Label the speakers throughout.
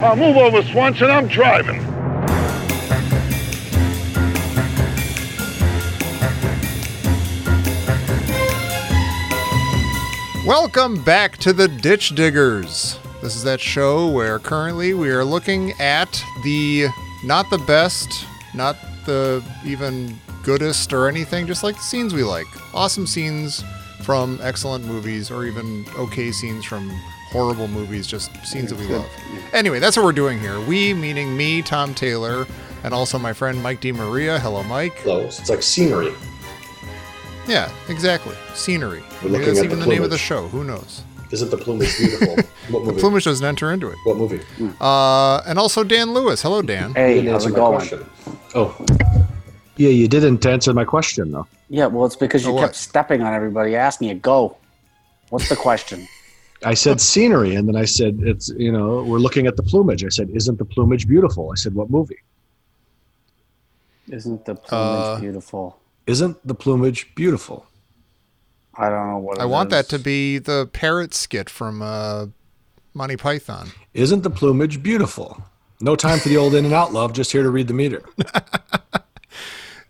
Speaker 1: I'll move over, Swanson. I'm driving.
Speaker 2: Welcome back to the Ditch Diggers. This is that show where currently we are looking at the not the best, not the even goodest or anything, just like the scenes we like. Awesome scenes from excellent movies or even okay scenes from horrible movies, just scenes that we love. Anyway, that's what we're doing here. We, meaning me, Tom Taylor, and also my friend Mike DiMaria. Hello, Mike.
Speaker 3: close. It's like scenery.
Speaker 2: Yeah, exactly. Scenery. Maybe
Speaker 3: We're looking
Speaker 2: that's
Speaker 3: at
Speaker 2: even
Speaker 3: the
Speaker 2: the name of the
Speaker 3: plumage.
Speaker 2: show. Who knows?
Speaker 3: Isn't the plumage beautiful? what movie?
Speaker 2: Plumage doesn't enter into it.
Speaker 3: what movie?
Speaker 2: Uh, and also Dan Lewis. Hello, Dan.
Speaker 3: You
Speaker 4: Hey,
Speaker 3: didn't
Speaker 4: how's
Speaker 3: answer my
Speaker 4: it going?
Speaker 3: question. Oh,
Speaker 5: Yeah, you didn't answer my question though.
Speaker 4: Yeah, well, it's because you
Speaker 2: Oh,
Speaker 4: kept
Speaker 2: what?
Speaker 4: stepping on everybody, asking you, go. What's the question?
Speaker 5: I said scenery, and then I said it's you know we're looking at the plumage. I said, isn't the plumage beautiful? I said, what movie?
Speaker 4: Isn't the plumage
Speaker 2: Uh,
Speaker 4: beautiful?
Speaker 5: Isn't the plumage beautiful?
Speaker 4: I don't know what
Speaker 2: I
Speaker 4: it
Speaker 2: want that
Speaker 4: is.
Speaker 2: to be the parrot skit from uh, Monty Python.
Speaker 5: Isn't the plumage beautiful? No time for the old in and out love. Just here to read the meter.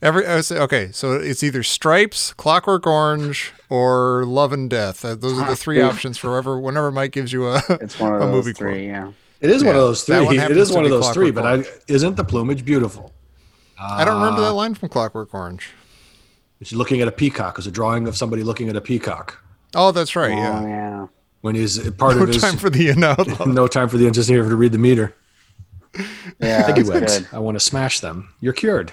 Speaker 2: Every I would say, okay, so it's either Stripes, Clockwork Orange, or Love and Death. Uh, those are the three options for whenever whenever Mike gives you a
Speaker 4: It's one of
Speaker 2: a
Speaker 4: those
Speaker 2: movie
Speaker 4: three,
Speaker 2: quote.
Speaker 4: yeah.
Speaker 5: It is one of
Speaker 2: Yeah,
Speaker 5: those
Speaker 2: that
Speaker 5: three.
Speaker 2: one
Speaker 5: it
Speaker 2: happens
Speaker 5: is
Speaker 2: to
Speaker 5: one of
Speaker 2: be
Speaker 5: those three.
Speaker 2: Clockwork
Speaker 5: But I, isn't the plumage beautiful?
Speaker 2: I don't remember
Speaker 4: Ah.
Speaker 2: that line from Clockwork Orange.
Speaker 5: It's looking at a peacock. It's a drawing of somebody looking at a peacock
Speaker 2: Oh, that's right. Yeah.
Speaker 4: Oh, yeah.
Speaker 5: when he's part
Speaker 2: No
Speaker 5: of his.
Speaker 2: time for the uh, you know.
Speaker 5: no time for the just here to read the meter.
Speaker 4: Yeah,
Speaker 5: Piggy
Speaker 4: that's
Speaker 5: wigs.
Speaker 4: good.
Speaker 5: I want to smash them. You're cured.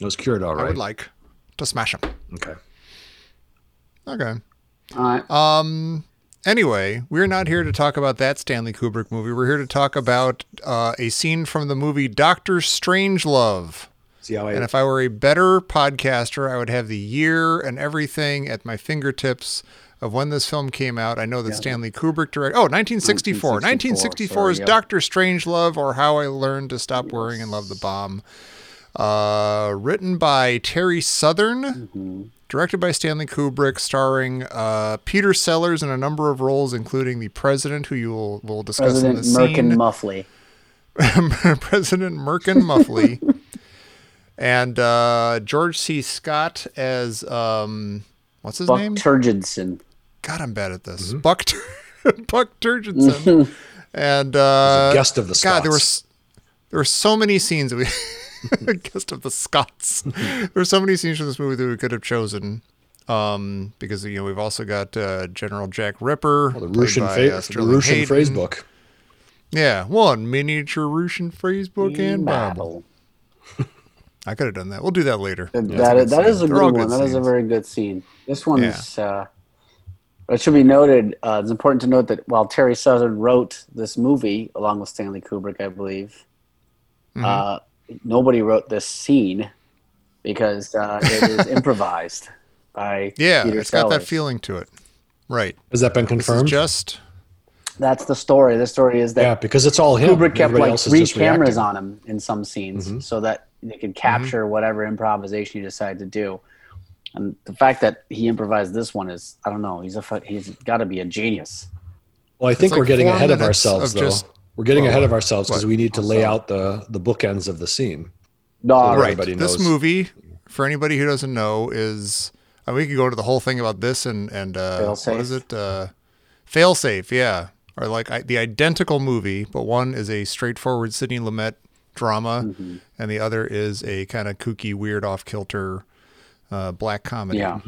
Speaker 5: It was cured all
Speaker 2: I
Speaker 5: right.
Speaker 2: would like to smash him.
Speaker 5: okay.
Speaker 2: Okay.
Speaker 4: All right.
Speaker 2: Anyway, we're not here to talk about that Stanley Kubrick movie. We're here to talk about uh, a scene from the movie Doctor Strangelove.
Speaker 5: See how I
Speaker 2: And if I were a better podcaster, I would have the year and everything at my fingertips of when this film came out. I know that Stanley Kubrick directed. Oh, 1964. 1964,
Speaker 4: 1964
Speaker 2: is
Speaker 4: yep.
Speaker 2: Doctor Strangelove or How I Learned to Stop Worrying and Love the Bomb. Uh, written by Terry Southern,
Speaker 4: Mm-hmm.
Speaker 2: directed by Stanley Kubrick, starring uh, Peter Sellers in a number of roles, including the president, who you will, will discuss in the
Speaker 4: President Merkin
Speaker 2: scene.
Speaker 4: Muffley.
Speaker 2: President Merkin Muffley and uh, George C. Scott as um, what's his
Speaker 4: Buck
Speaker 2: name?
Speaker 4: Turgidson.
Speaker 2: God, I'm bad at
Speaker 5: Mm-hmm.
Speaker 2: this. Buck Tur- Buck Turgidson and uh,
Speaker 5: guest of the
Speaker 2: God, there were
Speaker 5: Scots. Mm-hmm.
Speaker 2: s- there were so many scenes that we guest of the Scots. there were so many scenes from this movie that we could have chosen. Um, because you know we've also got uh, General Jack Ripper,
Speaker 5: The
Speaker 2: played
Speaker 5: Russian,
Speaker 2: by, uh,
Speaker 5: fa- the
Speaker 2: Sterling
Speaker 5: Russian phrase
Speaker 2: Hayden.
Speaker 5: book.
Speaker 2: Yeah, one miniature Russian phrase book and Bible.
Speaker 4: Bible.
Speaker 2: I could have done that. We'll do that later.
Speaker 4: That is, that is a
Speaker 2: They're all
Speaker 4: good
Speaker 2: good
Speaker 4: one. That is a
Speaker 2: scenes.
Speaker 4: very good scene. This one is. Uh, it should be noted. Uh, it's important to note that while Terry Southern wrote this movie along with Stanley Kubrick, I believe,
Speaker 2: Mm-hmm.
Speaker 4: uh, nobody wrote this scene because uh, it was improvised by
Speaker 2: Yeah,
Speaker 4: Peter
Speaker 2: it's got that
Speaker 4: Sellers.
Speaker 2: feeling to it. Right.
Speaker 5: Has that been
Speaker 2: This is
Speaker 5: confirmed?
Speaker 2: just
Speaker 4: That's the story. The story is that
Speaker 5: yeah, because it's all him.
Speaker 4: Kubrick kept
Speaker 5: Everybody
Speaker 4: like
Speaker 5: else is
Speaker 4: three
Speaker 5: just
Speaker 4: cameras
Speaker 5: reacting.
Speaker 4: on him in some scenes
Speaker 2: Mm-hmm.
Speaker 4: so that they could capture whatever improvisation you decide to do. And the fact that he improvised this one is, I don't know, he's a fu- he's got to be a genius.
Speaker 5: Well, I think
Speaker 2: like
Speaker 5: we're getting
Speaker 2: four
Speaker 5: ahead of
Speaker 2: minutes
Speaker 5: ourselves,
Speaker 2: of
Speaker 5: though.
Speaker 2: just-
Speaker 5: we're getting
Speaker 2: Well,
Speaker 5: ahead of ourselves because
Speaker 2: what?
Speaker 5: we need to lay out the the bookends of the scene.
Speaker 4: No,
Speaker 2: right.
Speaker 5: everybody
Speaker 2: This
Speaker 5: knows.
Speaker 2: movie, for anybody who doesn't know, is uh, we could go into the whole thing about this and and uh, what
Speaker 4: Failsafe.
Speaker 2: is it? Uh, Failsafe. Yeah, or like I, the identical movie, but one is a straightforward Sidney Lumet drama,
Speaker 4: Mm-hmm.
Speaker 2: and the other is a kind of kooky, weird, off kilter uh, black comedy.
Speaker 4: Yeah.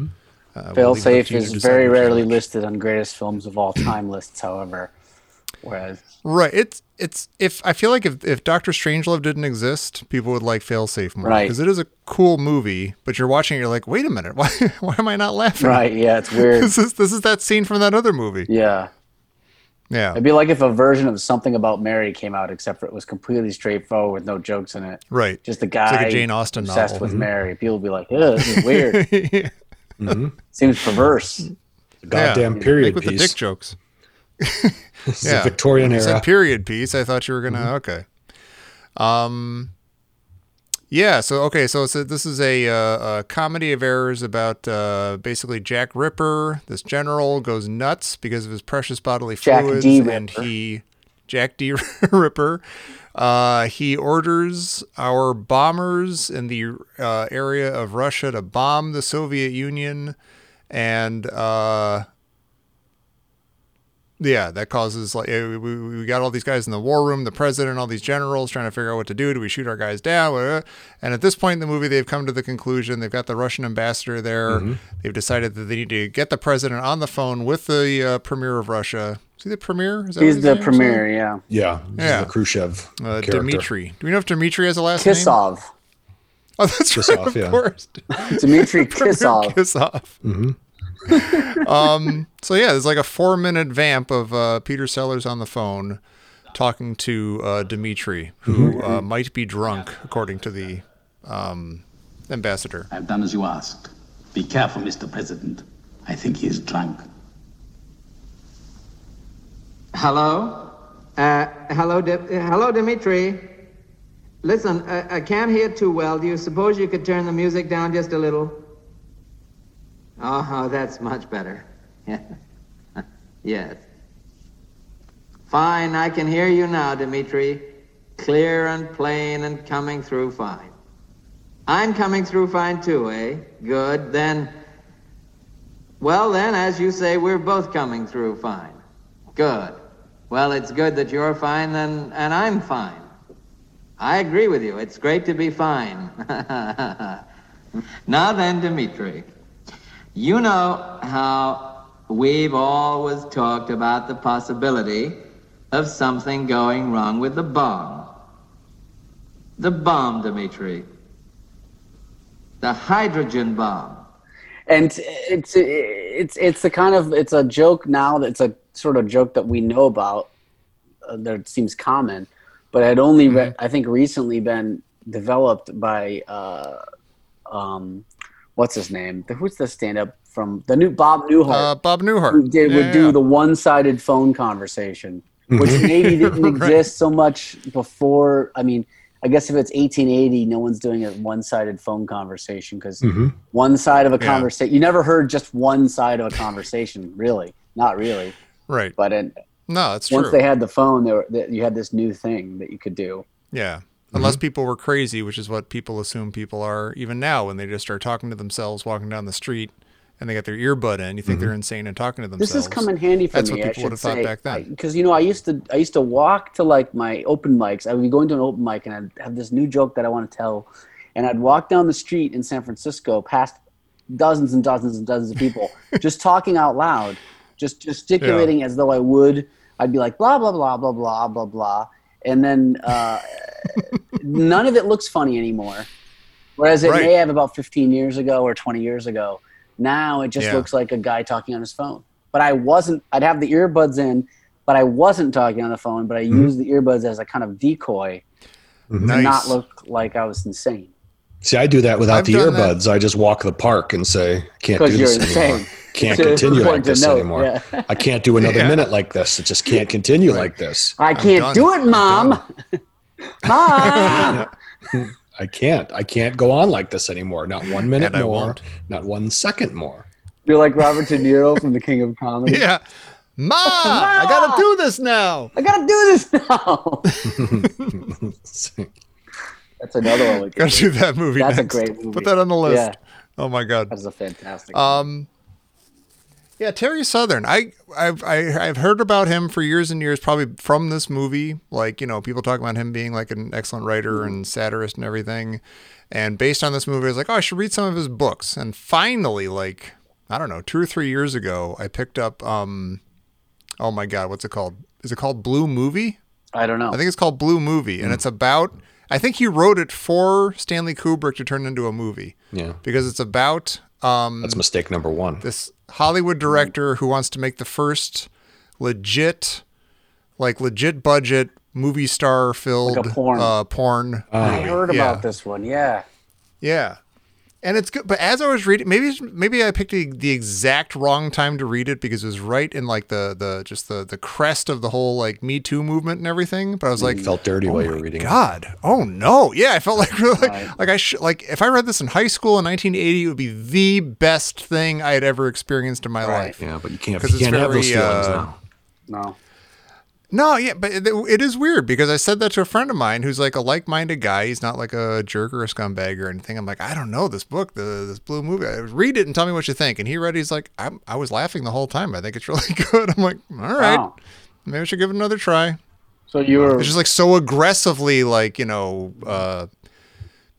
Speaker 2: Uh, we'll leave it up
Speaker 4: Failsafe
Speaker 2: to you to
Speaker 4: is
Speaker 2: decide
Speaker 4: very
Speaker 2: which you
Speaker 4: rarely
Speaker 2: like.
Speaker 4: listed on greatest films of all time lists, however. Whereas,
Speaker 2: Right. It's it's if I feel like if, if Doctor Strangelove didn't exist, people would like Failsafe more
Speaker 4: Right.
Speaker 2: because it is a cool movie. But you're watching, it, you're like, wait a minute, why why am I not laughing?
Speaker 4: right, yeah, it's weird.
Speaker 2: This is this is that scene from that other movie.
Speaker 4: yeah.
Speaker 2: Yeah.
Speaker 4: It'd be like if a version of Something About Mary came out, except for it was completely straightforward with no jokes in it.
Speaker 2: Right.
Speaker 4: Just a
Speaker 2: like
Speaker 4: guy
Speaker 2: a Jane Austen
Speaker 4: obsessed
Speaker 2: novel. Mm-hmm.
Speaker 4: with Mary. People would be like, "Ugh, this is weird. Seems perverse."
Speaker 5: Goddamn
Speaker 2: Yeah.
Speaker 5: period
Speaker 2: Like with the
Speaker 5: piece.
Speaker 2: dick jokes.
Speaker 5: This is
Speaker 2: yeah.
Speaker 5: a Victorian
Speaker 2: It's a
Speaker 5: era.
Speaker 2: period piece. I thought you were gonna
Speaker 4: Mm-hmm.
Speaker 2: okay. Um. Yeah. So okay. So, so this is a, uh, a comedy of errors about uh, basically Jack Ripper. This general goes nuts because of his precious bodily
Speaker 4: Jack
Speaker 2: fluids,
Speaker 4: D.
Speaker 2: and
Speaker 4: Ripper.
Speaker 2: he Jack D. Ripper. Uh, he orders our bombers in the uh, area of Russia to bomb the Soviet Union, and uh, yeah, that causes like eh, we, we got all these guys in the war room, the president, all these generals trying to figure out what to do. Do we shoot our guys down? Blah, blah, blah. And at this point in the movie, they've come to the conclusion. They've got the Russian ambassador there.
Speaker 3: Mm-hmm.
Speaker 2: They've decided that they need to get the president on the phone with the uh, premier of Russia. Is he the premier? Is that what
Speaker 4: He's
Speaker 2: his
Speaker 4: the
Speaker 2: name is?
Speaker 4: premier, yeah.
Speaker 3: Yeah. this is
Speaker 2: Yeah.
Speaker 3: The Khrushchev.
Speaker 2: Uh,
Speaker 3: character.
Speaker 2: Dmitri. Do we know if Dmitri has a last name?
Speaker 4: Kisov.
Speaker 2: Oh, that's right,
Speaker 3: Kisov,
Speaker 2: of
Speaker 3: yeah.
Speaker 2: course.
Speaker 4: Dmitry Kisov.
Speaker 2: Kiss off. um, so yeah, there's like a four minute vamp of uh, Peter Sellers on the phone talking to uh, Dimitri, who uh, might be drunk, according to the um, ambassador.
Speaker 6: I've done as you asked. Be careful, Mr. President. I think he is drunk.
Speaker 7: Hello? Uh, hello, Di- uh, hello, Dimitri. Listen, I-, I can't hear too well. Do you suppose you could turn the music down just a little? Oh, that's much better. Yeah. yes. Fine, I can hear you now, Dimitri. Clear and plain and coming through fine. I'm coming through fine too, eh? Good, then. Well, then, as you say, we're both coming through fine. Good. Well, it's good that you're fine and, and I'm fine. I agree with you. It's great to be fine. now then, Dimitri, you know how we've always talked about the possibility of something going wrong with the bomb. The bomb, Dimitri. The hydrogen bomb.
Speaker 4: and it's it's it's the kind of it's a joke now that's a sort of joke that we know about uh, that seems common but it only re-
Speaker 2: Mm-hmm.
Speaker 4: i think recently been developed by uh um what's his name who's the stand-up from the new bob newhart
Speaker 2: Uh, Bob Newhart
Speaker 4: who did
Speaker 2: Yeah,
Speaker 4: would
Speaker 2: yeah,
Speaker 4: do
Speaker 2: yeah. Mm-hmm.
Speaker 4: the one-sided phone conversation, which maybe didn't
Speaker 2: Right.
Speaker 4: exist so much before. I mean, I guess if it's 1880, no one's doing a one-sided phone conversation because one side of a
Speaker 2: Mm-hmm. Yeah.
Speaker 4: conversation you never heard just one side of a conversation, really, not really.
Speaker 2: right?
Speaker 4: But in,
Speaker 2: No, that's
Speaker 4: once
Speaker 2: true.
Speaker 4: they had the phone, there that you had this new thing that you could do.
Speaker 2: yeah. Unless people were crazy, which is what people assume people are even now when they just start talking to themselves walking down the street and they got their earbud in, you think they're insane and talking to themselves.
Speaker 4: This has come in handy for
Speaker 2: That's
Speaker 4: me.
Speaker 2: what people
Speaker 4: I
Speaker 2: would
Speaker 4: should
Speaker 2: have thought
Speaker 4: say,
Speaker 2: back then.
Speaker 4: Because you know, I used to I used to walk to like my open mics. I would be going to an open mic, and I'd have this new joke that I want to tell, and I'd walk down the street in San Francisco past dozens and dozens and dozens of people, just talking out loud, just gesticulating as though I would. I'd be like blah blah blah blah blah blah blah, and then uh, none of it looks funny anymore. Whereas it
Speaker 2: Right.
Speaker 4: may have about 15 years ago or 20 years ago. Now it just
Speaker 2: Yeah.
Speaker 4: looks like a guy talking on his phone. But I wasn't, I'd have the earbuds in, but I wasn't talking on the phone, but I
Speaker 2: Mm-hmm.
Speaker 4: used the earbuds as a kind of decoy to
Speaker 2: nice.
Speaker 4: not look like I was insane.
Speaker 3: See, I do that without
Speaker 2: I've
Speaker 3: the
Speaker 2: done that.
Speaker 3: earbuds. I just walk the park and say, "Can't do
Speaker 4: 'Cause
Speaker 3: this
Speaker 4: you're
Speaker 3: anymore.
Speaker 4: insane.
Speaker 3: Can't
Speaker 4: So it's
Speaker 3: continue like
Speaker 4: important to
Speaker 3: this
Speaker 4: note,
Speaker 3: anymore.
Speaker 4: yeah.
Speaker 3: I can't do another
Speaker 2: Yeah.
Speaker 3: minute like this. It just can't continue like this.
Speaker 4: I
Speaker 2: done.
Speaker 4: can't do it,
Speaker 2: I'm
Speaker 4: mom. mom.
Speaker 3: I can't. I can't go on like this anymore. Not one minute
Speaker 2: I
Speaker 3: more.
Speaker 2: won't.
Speaker 3: Not one second more.
Speaker 4: You're like Robert De Niro from The King of Comedy.
Speaker 2: Yeah. Ma, I gotta do this now.
Speaker 4: I gotta do this now. That's another one. We could
Speaker 2: Gotta
Speaker 4: do.
Speaker 2: do that movie.
Speaker 4: That's a
Speaker 2: next.
Speaker 4: great movie.
Speaker 2: Put that on the list.
Speaker 4: Yeah.
Speaker 2: Oh my god.
Speaker 4: That's a fantastic.
Speaker 2: Um, yeah, Terry Southern. I I've I, I've heard about him for years and years, probably from this movie. Like you know, people talk about him being like an excellent writer
Speaker 4: Mm-hmm.
Speaker 2: and satirist and everything. And based on this movie, I was like, oh, I should read some of his books. And finally, like I don't know, two or three years ago, I picked up. um Oh my god, what's it called? Is it called Blue Movie?
Speaker 4: I don't know.
Speaker 2: I think it's called Blue Movie,
Speaker 3: Mm.
Speaker 2: and it's about. I think he wrote it for Stanley Kubrick to turn into a movie
Speaker 3: Yeah,
Speaker 2: because it's about. Um,
Speaker 3: that's mistake number one.
Speaker 2: this Hollywood director who wants to make the first legit, like legit budget movie star filled
Speaker 4: Like a porn.
Speaker 2: Uh, porn.
Speaker 3: Ah.
Speaker 4: I heard
Speaker 2: yeah.
Speaker 4: about this one. Yeah.
Speaker 2: yeah, and it's good. But as I was reading, maybe maybe I picked the, the exact wrong time to read it because it was right in like the the just the the crest of the whole like Me Too movement and everything. But I was like,
Speaker 3: I felt dirty while you were reading. it.
Speaker 2: Oh God, oh no, yeah, I felt like really, like, like I should like if I read this in high school in 1980, it would be the best thing I had ever experienced in my life.
Speaker 3: Yeah, but you can't.
Speaker 2: 'Cause
Speaker 3: You
Speaker 2: it's uh,
Speaker 3: can't have those
Speaker 2: very,
Speaker 3: feelings
Speaker 2: uh,
Speaker 3: now.
Speaker 4: No.
Speaker 2: No, yeah, but it, it is weird because I said that to a friend of mine who's like a like-minded guy. He's not like a jerk or a scumbag or anything. I'm like, I don't know this book, the this blue movie. I, read it and tell me what you think. And he read, it, he's like, I'm, I was laughing the whole time. I think it's really good. I'm like, all right,
Speaker 4: Wow.
Speaker 2: maybe I should give it another try.
Speaker 4: So you were
Speaker 2: It's just like so aggressively, like you know, uh,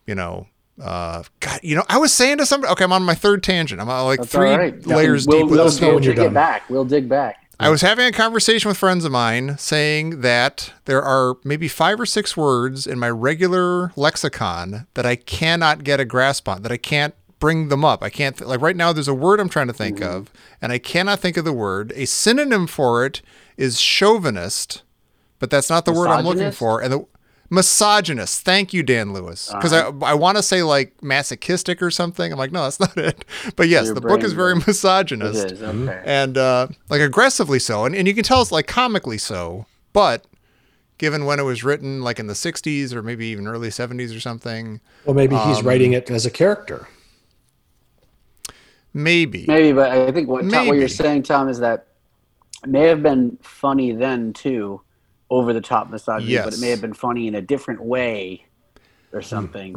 Speaker 2: you know, uh, God, you know. I was saying to somebody, okay, I'm on my third tangent. I'm uh, like
Speaker 4: that's
Speaker 2: three
Speaker 4: all right.
Speaker 2: layers
Speaker 4: we'll,
Speaker 2: deep. with
Speaker 4: We'll,
Speaker 2: this
Speaker 4: we'll
Speaker 2: one.
Speaker 4: dig it back. We'll dig back.
Speaker 2: I was having a conversation with friends of mine saying that there are maybe five or six words in my regular lexicon that I cannot get a grasp on, that I can't bring them up. I can't, like right now, there's a word I'm trying to think
Speaker 4: Mm-hmm.
Speaker 2: of, and I cannot think of the word. A synonym for it is chauvinist, but that's not the word I'm looking
Speaker 4: Misogynist?
Speaker 2: for. And the misogynist. Thank you, Dan Lewis.
Speaker 4: Uh-huh.
Speaker 2: Because I, I want to say like masochistic or something. I'm like, no, that's not it. But yes,
Speaker 4: Your
Speaker 2: the book
Speaker 4: brain
Speaker 2: is very
Speaker 4: works. It
Speaker 2: misogynist
Speaker 4: is
Speaker 3: hmm?
Speaker 4: okay.
Speaker 2: and uh, like aggressively so, and, and you can tell it's like comically so, but given when it was written, like in the '60s or maybe even early '70s or something,
Speaker 3: Well, maybe
Speaker 2: um,
Speaker 3: he's writing it as a character.
Speaker 2: maybe.
Speaker 4: Maybe, but I think what Tom, what
Speaker 2: Maybe.
Speaker 4: you're saying, Tom, is that it may have been funny then too, over the top misogyny, but
Speaker 2: Yes.
Speaker 4: it may have been funny in a different way
Speaker 3: Hmm.
Speaker 4: or something.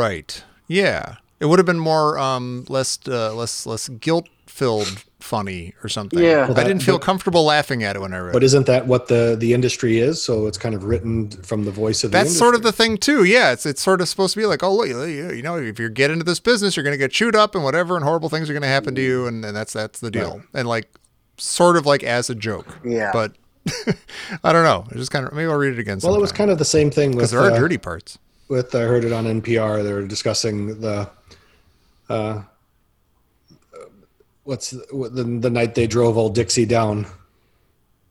Speaker 2: right? Yeah, it would have been more um, less uh, less less guilt filled funny or something.
Speaker 4: Yeah. Well,
Speaker 2: I
Speaker 3: that-
Speaker 2: didn't feel
Speaker 3: but-
Speaker 2: comfortable laughing at it when I read.
Speaker 3: But
Speaker 2: it.
Speaker 3: isn't that what the the industry is? So it's kind of written from the voice of the.
Speaker 2: That's sort of
Speaker 3: industry.
Speaker 2: the thing too. Yeah, it's it's sort of supposed to be like, oh, look, you you know, if you get into this business, you're going to get chewed up and whatever, and horrible things are going to happen to you, and, and that's that's the deal. And like, sort of like as a joke.
Speaker 4: Yeah.
Speaker 2: But I don't know. I just kind of maybe I'll read it again.
Speaker 3: Well, it was kind of the same thing with
Speaker 2: because there are
Speaker 3: uh,
Speaker 2: dirty parts.
Speaker 3: with I heard it on NPR. They were discussing the, uh, what's the, what- the the night they drove old Dixie down,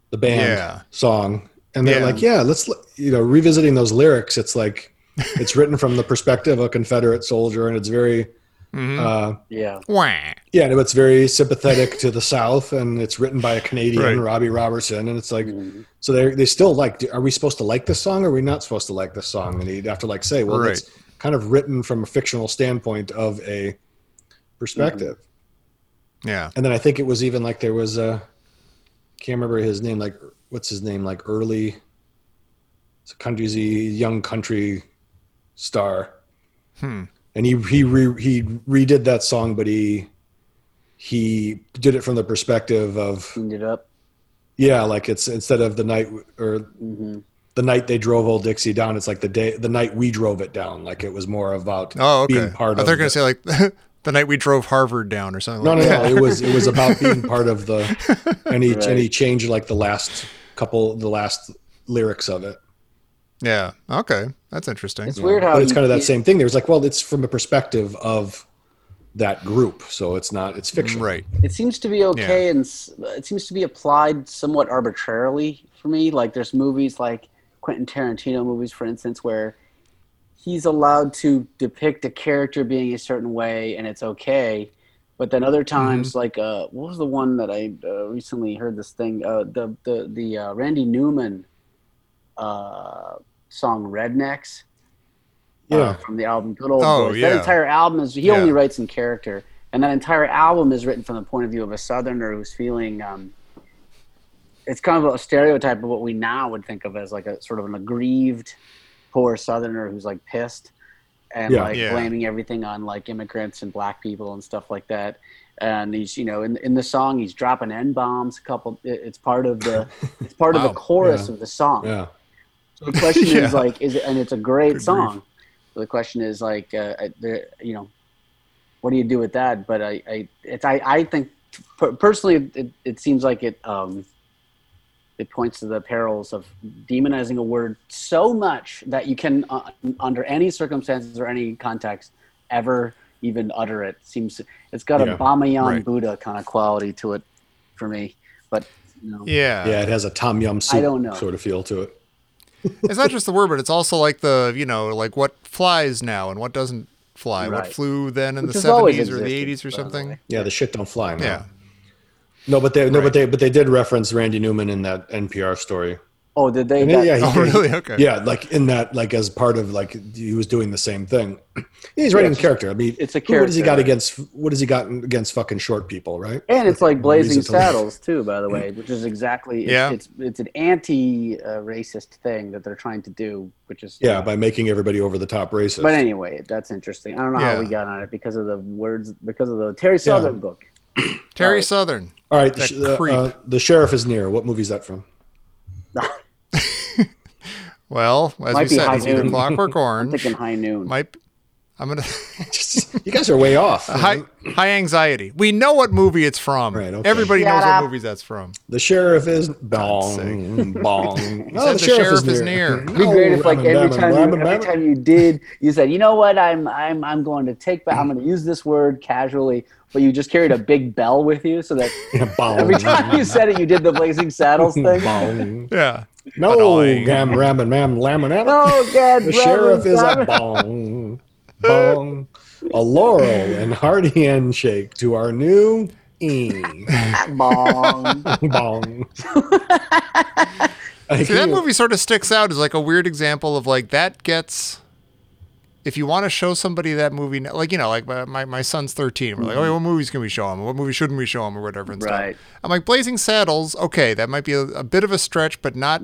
Speaker 3: the band
Speaker 2: Yeah.
Speaker 3: song, and they're
Speaker 2: Yeah.
Speaker 3: like, yeah, let's l- you know revisiting those lyrics. It's like it's written from the perspective of a Confederate soldier, and it's very uh,
Speaker 4: Yeah,
Speaker 2: Wah.
Speaker 3: yeah, and it's very sympathetic to the South, and it's written by a Canadian,
Speaker 2: Right.
Speaker 3: Robbie Robertson, and it's like, so they they still like, do- are we supposed to like this song? Or are we not supposed to like this song? And he'd have to like say, well,
Speaker 2: Right.
Speaker 3: it's kind of written from a fictional standpoint of a perspective.
Speaker 2: Yeah.
Speaker 3: And then I think it was even like there was a, can't remember his name, like what's his name, like early, it's a country's a young country star,
Speaker 2: Hmm.
Speaker 3: and he he re, he redid that song, but he he did it from the perspective of
Speaker 4: cleaned it up.
Speaker 3: yeah, like it's instead of the night w- or the night they drove old Dixie down, it's like the day the night we drove it down, like it was more about
Speaker 2: Oh, okay.
Speaker 3: being part
Speaker 2: I
Speaker 3: of.
Speaker 2: thought you were going to
Speaker 3: the-
Speaker 2: say like the night we drove Harvard down or something.
Speaker 3: no,
Speaker 2: like
Speaker 3: no,
Speaker 2: that.
Speaker 3: no. It was it was about being part of the and he and he changed like the last couple the last lyrics of it.
Speaker 2: Yeah. Okay. That's interesting.
Speaker 4: It's weird how
Speaker 3: But it's
Speaker 4: you-
Speaker 3: kind of
Speaker 4: you-
Speaker 3: that same thing. There's like, well, it's from a perspective of that group, so it's not it's fiction.
Speaker 2: Right.
Speaker 4: It seems to be okay, and s- it seems to be applied somewhat arbitrarily for me. Like there's movies like Quentin Tarantino movies, for instance, where he's allowed to depict a character being a certain way, and it's okay. But then other
Speaker 2: Mm-hmm.
Speaker 4: times, like uh, what was the one that I uh, recently heard this thing? Uh, the the the uh, Randy Newman uh, song "Rednecks." uh,
Speaker 3: Yeah.
Speaker 4: from the album Good Old
Speaker 2: Oh,
Speaker 4: Boys.
Speaker 2: yeah.
Speaker 4: That entire album is he
Speaker 2: Yeah.
Speaker 4: only writes in character, and that entire album is written from the point of view of a Southerner who's feeling. Um, it's kind of a stereotype of what we now would think of as like a sort of an aggrieved poor Southerner who's like pissed and
Speaker 3: Yeah.
Speaker 4: like
Speaker 2: Yeah.
Speaker 4: blaming everything on like immigrants and black people and stuff like that. And he's, you know, in in the song, he's dropping n bombs. A couple, it- it's part of the, it's part of
Speaker 2: Wow.
Speaker 4: the chorus
Speaker 3: Yeah.
Speaker 4: of the song.
Speaker 3: Yeah.
Speaker 4: So the question
Speaker 2: Yeah.
Speaker 4: is like, is it, and it's a great song. The question is like, uh, I- the, you know, what do you do with that? But I, I, it's, I, I think per- personally, it, it seems like it, um, it points to the perils of demonizing a word so much that you can, uh, under any circumstances or any context, ever even utter it. Seems it's got
Speaker 3: Yeah,
Speaker 4: a Bamayan
Speaker 2: right.
Speaker 4: Buddha kind of quality to it, for me. But you know,
Speaker 2: Yeah.
Speaker 3: Yeah, it has a Tom Yum soup
Speaker 4: don't know.
Speaker 3: sort of feel to it.
Speaker 2: it's not just the word, but it's also like the you know like what flies now and what doesn't fly. What
Speaker 4: Right.
Speaker 2: flew then in
Speaker 4: Which
Speaker 2: the
Speaker 4: has always
Speaker 2: seventies or the
Speaker 4: existed,
Speaker 2: eighties or
Speaker 4: by the
Speaker 2: something.
Speaker 4: way.
Speaker 3: Yeah, the shit don't fly. No.
Speaker 2: Yeah.
Speaker 3: No, but they no, but they but they did reference Randy Newman in that NPR story.
Speaker 4: Oh, did they?
Speaker 3: And then,
Speaker 4: that-
Speaker 3: yeah, he-
Speaker 2: Oh, really? Okay.
Speaker 3: yeah, like in that, like as part of like he was doing the same thing. Yeah, he's writing a character. I mean,
Speaker 4: It's a
Speaker 3: What has he got
Speaker 4: character.
Speaker 3: against? What has he got against fucking short people? Right?
Speaker 4: And it's like
Speaker 3: Reason
Speaker 4: Blazing
Speaker 3: to live.
Speaker 4: Saddles too, by the way, which is exactly it's
Speaker 2: Yeah.
Speaker 4: it's, it's an anti-racist thing that they're trying to do, which is
Speaker 3: Yeah, by making everybody over the top racist.
Speaker 4: But anyway, that's interesting. I don't know
Speaker 2: Yeah.
Speaker 4: how we got on it because of the words, because of the Terry Southern book.
Speaker 2: Terry
Speaker 4: Right.
Speaker 2: Southern.
Speaker 3: All right, the,
Speaker 2: That
Speaker 3: sh- uh,
Speaker 2: creep.
Speaker 3: uh, the sheriff is near. What movie is that from?
Speaker 2: Well, as
Speaker 4: Might
Speaker 2: we
Speaker 4: be
Speaker 2: said,
Speaker 4: High
Speaker 2: it's either
Speaker 4: Noon.
Speaker 2: Clockwork
Speaker 4: I'm
Speaker 2: Orange.
Speaker 4: thinking High Noon.
Speaker 2: might. I'm gonna
Speaker 3: you guys are way off.
Speaker 2: high high anxiety. We know what movie it's from.
Speaker 3: Right, okay.
Speaker 2: Everybody
Speaker 4: Shut
Speaker 2: knows
Speaker 4: up.
Speaker 2: what movie that's from.
Speaker 3: The sheriff is
Speaker 2: sake.
Speaker 3: bong bong.
Speaker 2: said
Speaker 3: No,
Speaker 2: the sheriff is near.
Speaker 4: It'd be great if, like,
Speaker 3: Ramen,
Speaker 4: every
Speaker 3: ramen,
Speaker 4: time,
Speaker 3: ramen,
Speaker 4: you, every
Speaker 3: ramen.
Speaker 4: time you did, you said, "You know what? I'm, I'm, I'm going to take back. I'm going to use this word casually," but you just carried a big bell with you, so that
Speaker 3: Yeah, bong.
Speaker 4: every time you said it, you did the Blazing Saddles thing.
Speaker 3: Bong.
Speaker 2: Yeah.
Speaker 3: No,
Speaker 2: Ba-doing.
Speaker 3: gam ramen, mam laminate.
Speaker 4: Oh God,
Speaker 3: The sheriff is a
Speaker 4: Raven-
Speaker 3: bong, bong, a laurel and hearty handshake to our new E
Speaker 4: Bong.
Speaker 3: bong.
Speaker 2: See, that movie sort of sticks out as like a weird example of like that gets. If you want to show somebody that movie, now- like you know, like my, my, my son's thirteen, we're like, oh, what movies can we show him? What movie shouldn't we show him, or whatever? And stuff.
Speaker 4: Right.
Speaker 2: I'm like, Blazing Saddles. Okay, that might be a, a bit of a stretch, but not.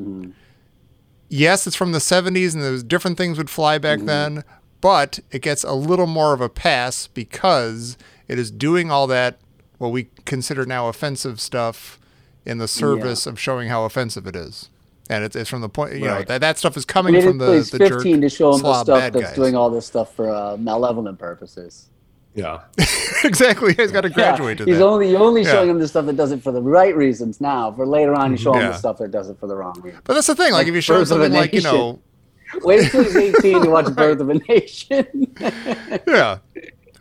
Speaker 2: Yes, it's from the '70s, and those different things would fly back
Speaker 4: Mm-hmm.
Speaker 2: then, but it gets a little more of a pass because it is doing all that what we consider now offensive stuff in the service of showing how offensive it is. And it's, it's from the point, you know,
Speaker 3: Right.
Speaker 2: that, that stuff is coming
Speaker 4: It
Speaker 2: from the,
Speaker 4: plays
Speaker 2: the jerk,
Speaker 4: fifteen to show them the
Speaker 2: slob
Speaker 4: stuff
Speaker 2: bad
Speaker 4: that's
Speaker 2: guys.
Speaker 4: doing all this stuff for uh, malevolent purposes.
Speaker 3: Yeah.
Speaker 2: exactly. He's got to graduate
Speaker 4: yeah,
Speaker 2: to
Speaker 4: he's
Speaker 2: that.
Speaker 4: only you're only
Speaker 2: Yeah.
Speaker 4: showing him the stuff that does it for the right reasons now. For later on, you show him
Speaker 2: Yeah.
Speaker 4: the stuff that does it for the wrong reason.
Speaker 2: but that's the thing. Like,
Speaker 4: like
Speaker 2: if you show
Speaker 4: Birth of a
Speaker 2: something like, you
Speaker 4: Nation.
Speaker 2: know,
Speaker 4: Wait until he's eighteen to watch Birth of a Nation.
Speaker 2: yeah.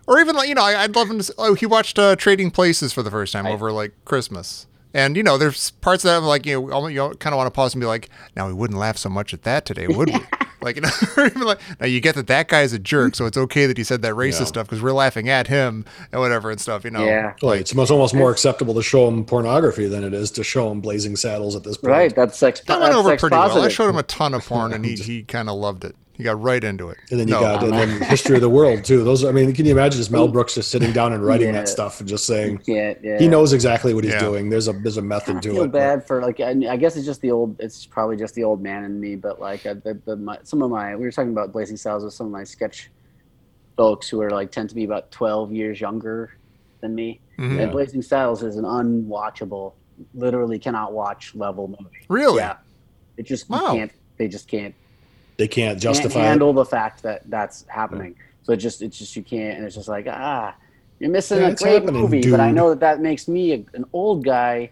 Speaker 2: Or even like you know, I, I'd love him to. s- Oh, he watched uh, Trading Places for the first time over like Christmas, and you know, there's parts of that I'm like you know, you kind of want to pause and be like, now we wouldn't laugh so much at that today, would we? like, you know, or even like now you get that that guy's a jerk, so it's okay that he said that racist
Speaker 3: Yeah.
Speaker 2: stuff because we're laughing at him and whatever and stuff. You know,
Speaker 3: Like it's most, almost more acceptable to show him pornography than it is to show him blazing saddles at this point.
Speaker 4: right. That's sex.
Speaker 2: that went
Speaker 4: that's
Speaker 2: over
Speaker 4: sex
Speaker 2: pretty
Speaker 4: positive.
Speaker 2: well. I showed him a ton of porn, and he he kind of loved it. He got right into it.
Speaker 3: And then you
Speaker 2: No.
Speaker 3: got and then history of the world too. Those I mean, can you imagine just Mel Brooks just sitting down and writing
Speaker 4: Yeah.
Speaker 3: that stuff and just saying
Speaker 4: yeah, yeah.
Speaker 3: he knows exactly what he's
Speaker 2: Yeah.
Speaker 3: doing. There's a there's a method
Speaker 4: I
Speaker 3: to
Speaker 4: feel
Speaker 3: it.
Speaker 4: bad for like I, I guess it's just the old. It's probably just the old man in me. But like I, the, the, my, some of my, we were talking about Blazing Saddles with some of my sketch folks who are like tend to be about twelve years younger than me.
Speaker 2: Mhm.
Speaker 4: And Blazing Saddles is an unwatchable, literally cannot watch level movie.
Speaker 3: Oh,
Speaker 2: Really?
Speaker 4: Yeah, it just you
Speaker 2: Wow.
Speaker 4: can't. They just can't
Speaker 3: They can't
Speaker 4: can't
Speaker 3: justify it.
Speaker 4: handle the fact that that's happening. So it just it's just you can't, and it's just like ah, you're missing
Speaker 3: Yeah,
Speaker 4: a
Speaker 3: it's
Speaker 4: great
Speaker 3: happening,
Speaker 4: movie. But I
Speaker 3: dude.
Speaker 4: know that that makes me a, an old guy.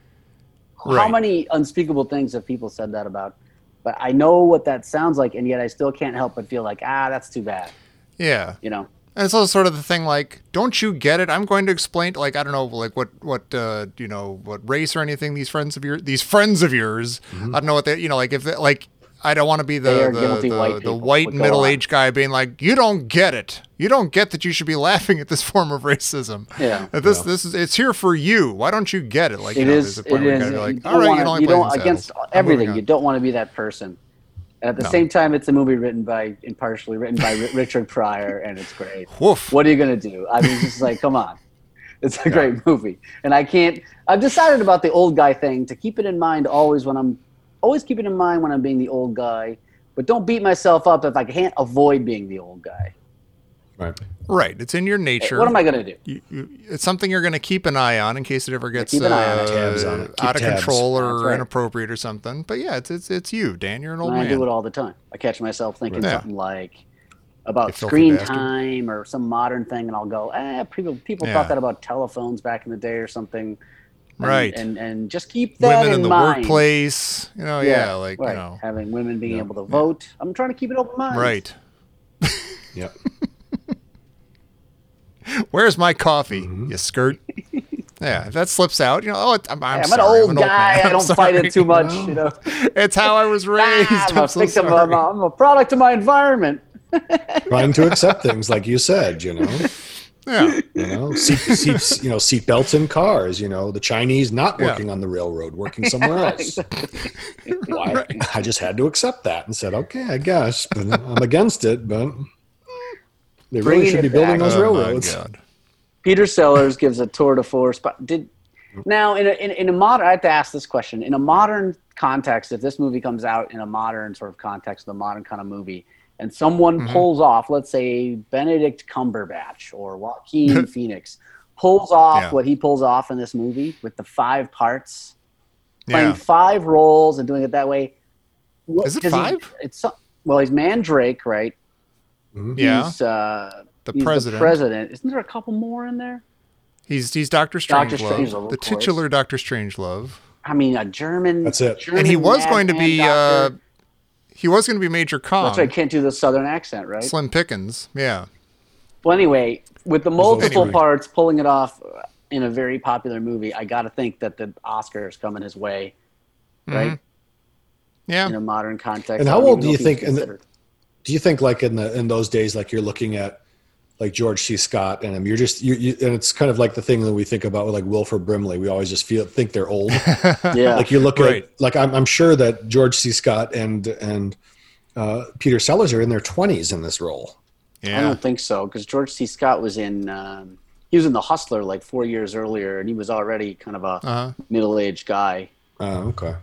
Speaker 4: How
Speaker 2: Right.
Speaker 4: many unspeakable things have people said that about? But I know what that sounds like, and yet I still can't help but feel like ah, that's too bad.
Speaker 2: Yeah.
Speaker 4: You know,
Speaker 2: And it's also sort of the thing like, don't you get it? I'm going to explain, like, I don't know, like what, what, uh, you know, what race or anything these friends of yours, these friends of yours, I don't know what they, you know, like if, they, like, I don't want to be
Speaker 4: Mm-hmm. They
Speaker 2: the
Speaker 4: are
Speaker 2: the,
Speaker 4: guilty
Speaker 2: the,
Speaker 4: white
Speaker 2: the
Speaker 4: people
Speaker 2: white
Speaker 4: would go
Speaker 2: middle aged guy being like, you don't get it, you don't get that you should be laughing at this form of racism.
Speaker 4: Yeah.
Speaker 2: That this this is it's here for you. Why don't you get it? Like you
Speaker 4: it
Speaker 2: know,
Speaker 4: is.
Speaker 2: there's a
Speaker 4: It
Speaker 2: point where you
Speaker 4: is.
Speaker 2: gotta be
Speaker 4: you
Speaker 2: like,
Speaker 4: don't
Speaker 2: all right,
Speaker 4: wanna-
Speaker 2: you don't like
Speaker 4: you don't
Speaker 2: Blazing
Speaker 4: against
Speaker 2: Saddles. I'm moving
Speaker 4: everything.
Speaker 2: on."
Speaker 4: You don't want to be that person. And at the same time, it's a movie written by, and partially written by Ri- Richard Pryor, and it's great.
Speaker 2: Woof.
Speaker 4: what are you going to do? I mean, it's just like, come on. It's a great movie. And I can't, I've decided about the old guy thing to keep it in mind always when I'm, always keep it in mind when I'm being the old guy, but don't beat myself up if I can't avoid being the old guy.
Speaker 3: Right.
Speaker 2: Right. It's in your nature.
Speaker 4: What am I going to do?
Speaker 2: you, you, it's something you're going to keep an eye on in case it ever gets
Speaker 4: keep an eye on it.
Speaker 2: uh,
Speaker 3: Tabs on it. Keep
Speaker 2: out of
Speaker 3: tabs.
Speaker 2: control or
Speaker 4: That's right.
Speaker 2: inappropriate or something. But yeah, it's it's, it's you, Dan. You're an old
Speaker 4: And I
Speaker 2: Oh, man.
Speaker 4: do it all the time. I catch myself thinking
Speaker 2: Right. Yeah.
Speaker 4: something like
Speaker 2: You
Speaker 4: about
Speaker 2: filthy
Speaker 4: screen
Speaker 2: bastard.
Speaker 4: time or some modern thing, and I'll go, eh, people, people
Speaker 2: Yeah.
Speaker 4: thought that about telephones back in the day or something. And-
Speaker 2: Right.
Speaker 4: And, and just keep that
Speaker 2: Women in, the
Speaker 4: mind.
Speaker 2: workplace. You know, yeah, like
Speaker 4: right.
Speaker 2: you know,
Speaker 4: having women being able to vote. I'm trying to keep an open mind.
Speaker 2: right.
Speaker 3: Yep.
Speaker 2: Where's my coffee?
Speaker 3: Mm-hmm.
Speaker 2: You skirt. yeah, if that slips out, you know. Oh, I'm, I'm,
Speaker 4: Hey, I'm
Speaker 2: sorry,
Speaker 4: an
Speaker 2: I'm
Speaker 4: old
Speaker 2: man.
Speaker 4: guy. I
Speaker 2: I'm
Speaker 4: don't fight
Speaker 2: sorry.
Speaker 4: it too much. You know,
Speaker 2: It's how I was raised.
Speaker 4: I'm,
Speaker 2: I'm
Speaker 4: a
Speaker 2: so
Speaker 4: victim.
Speaker 2: sorry.
Speaker 4: I'm, a, I'm a product of my environment.
Speaker 3: Trying to accept things like you said, you know.
Speaker 2: Yeah.
Speaker 3: You know, seat, seats, you know, seat belts in cars. You know, the Chinese not
Speaker 2: Yeah.
Speaker 3: working on the railroad, working somewhere else. Why? I just had to accept that and said, okay, I guess, but I'm against it. But they
Speaker 4: Bringing
Speaker 3: really should
Speaker 4: it
Speaker 3: be building
Speaker 4: back.
Speaker 3: those
Speaker 2: Oh, my
Speaker 3: railroads.
Speaker 2: God.
Speaker 4: Peter Sellers gives a tour de force. But did now in a, in, in a modern, I have to ask this question in a modern context. If this movie comes out in a modern sort of context, the modern kind of movie, and someone
Speaker 2: Mm-hmm.
Speaker 4: pulls off, let's say Benedict Cumberbatch or Joaquin Phoenix pulls off
Speaker 2: Yeah.
Speaker 4: what he pulls off in this movie with the five parts, playing
Speaker 2: Yeah.
Speaker 4: five roles and doing it that way. what-
Speaker 2: Is it
Speaker 4: does he-
Speaker 2: five?
Speaker 4: it's so- well, he's Mandrake, right?
Speaker 2: Yeah.
Speaker 4: He's, uh,
Speaker 2: The
Speaker 4: he's
Speaker 2: president.
Speaker 4: the president. Isn't there a couple more in there?
Speaker 2: He's he's Doctor
Speaker 4: Dr.
Speaker 2: Strangelove,
Speaker 4: Strangelove,
Speaker 2: the
Speaker 4: of course.
Speaker 2: titular Doctor Strangelove,
Speaker 4: I mean, a German.
Speaker 3: That's it.
Speaker 4: German
Speaker 2: and he was
Speaker 4: madman
Speaker 2: going to be uh,
Speaker 4: doctor.
Speaker 2: he was going to be Major Kong,
Speaker 4: That's right. Can't do the southern accent, right?
Speaker 2: Slim Pickens. Yeah,
Speaker 4: well, anyway, with the multiple
Speaker 2: anyway.
Speaker 4: parts, pulling it off uh, in a very popular movie, I got to think that the Oscar is coming his way,
Speaker 2: Mm-hmm.
Speaker 4: right?
Speaker 2: yeah.
Speaker 4: In a modern context.
Speaker 3: And
Speaker 4: I
Speaker 3: how
Speaker 4: don't
Speaker 3: old
Speaker 4: even
Speaker 3: do
Speaker 4: know
Speaker 3: you
Speaker 4: if he's
Speaker 3: think- and the-
Speaker 4: considered.
Speaker 3: Do you think like in the in those days, like you're looking at like George C. Scott and him, you're just you, you and it's kind of like the thing that we think about with like Wilford Brimley. We always just feel think they're old.
Speaker 4: yeah.
Speaker 3: like you look
Speaker 2: Right.
Speaker 3: at like I'm, I'm sure that George C. Scott and and uh, Peter Sellers are in their 20s in this role.
Speaker 4: I
Speaker 2: yeah.
Speaker 4: don't think so because George C. Scott was in um, he was in The Hustler like four years earlier, and he was already kind of a
Speaker 2: Uh-huh.
Speaker 4: middle-aged guy.
Speaker 3: Oh, okay.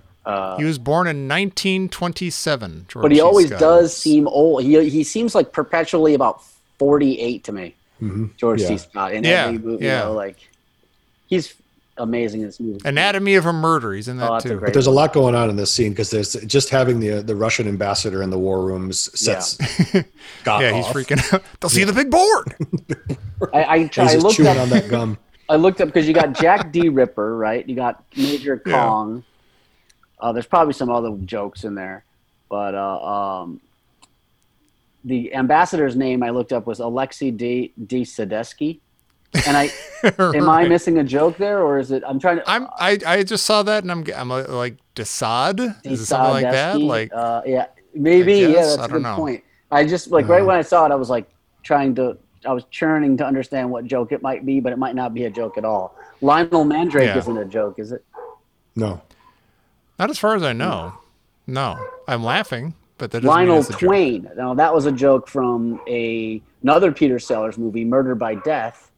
Speaker 2: He was born in 1927. George
Speaker 4: But he
Speaker 2: C.
Speaker 4: always
Speaker 2: Scott.
Speaker 4: does seem old. He he seems like perpetually about forty-eight to me. George C.
Speaker 3: Mm-hmm. Yeah.
Speaker 4: Scott in
Speaker 2: Yeah,
Speaker 4: every movie,
Speaker 2: yeah.
Speaker 4: you know, like he's amazing in this movie.
Speaker 2: Anatomy of a Murder. He's in that
Speaker 4: Oh, that's a
Speaker 2: too.
Speaker 4: great-
Speaker 3: There's a lot going on in this scene because there's just having the uh, the Russian ambassador in the war rooms sets Scott
Speaker 2: yeah, he's
Speaker 3: off.
Speaker 2: freaking out. They'll see the big board.
Speaker 4: I, I,
Speaker 3: He's
Speaker 4: I
Speaker 3: just
Speaker 4: looked
Speaker 3: chewing
Speaker 4: up.
Speaker 3: on that gum.
Speaker 4: I looked up because you got Jack D. Ripper, right? You got Major Kong. Uh, there's probably some other jokes in there, but uh, um, the ambassador's name I looked up was Alexei D. D. Sadesky. And I am I missing a joke there, or is it? I'm trying to.
Speaker 2: I'm I, I just saw that and I'm I'm uh, like Desaad. Is it something like that?
Speaker 4: Sadesky,
Speaker 2: Like
Speaker 4: uh, yeah, maybe. Yeah,
Speaker 2: guess?
Speaker 4: that's
Speaker 2: I
Speaker 4: a
Speaker 2: don't
Speaker 4: good
Speaker 2: know. Uh-huh.
Speaker 4: point. I just like right when I saw it, I was like trying to. I was churning to understand what joke it might be, but it might not be a joke at all. Lionel Mandrake
Speaker 2: Yeah.
Speaker 4: isn't a joke, is it?
Speaker 3: No.
Speaker 2: not as far as I know. No, I'm laughing, but that doesn't mean
Speaker 4: Hmm. Lionel
Speaker 2: it's a joke.
Speaker 4: Twain. Now that was a joke from a another Peter Sellers movie, Murder by Death,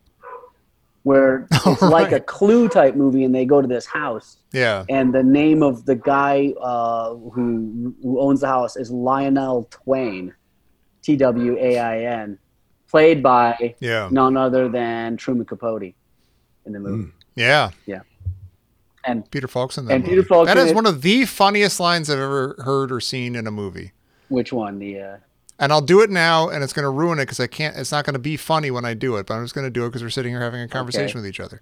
Speaker 4: where it's like a
Speaker 2: Oh, right.
Speaker 4: Clue type movie, and they go to this house,
Speaker 2: Yeah.
Speaker 4: and the name of the guy uh, who who owns the house is Lionel Twain, T W A I N, played by
Speaker 2: Yeah.
Speaker 4: none other than Truman Capote in the
Speaker 2: Hmm.
Speaker 4: movie.
Speaker 2: Yeah.
Speaker 4: Yeah. And-
Speaker 2: Peter Falk's in that.
Speaker 4: and
Speaker 2: movie.
Speaker 4: Peter Falk's
Speaker 2: That
Speaker 4: in
Speaker 2: is
Speaker 4: it.
Speaker 2: one of the funniest lines I've ever heard or seen in a movie.
Speaker 4: Which one? The uh,
Speaker 2: And I'll do it now, and it's going to ruin it because I can't. It's not going to be funny when I do it, but I'm just going to do it because we're sitting here having a conversation with each other.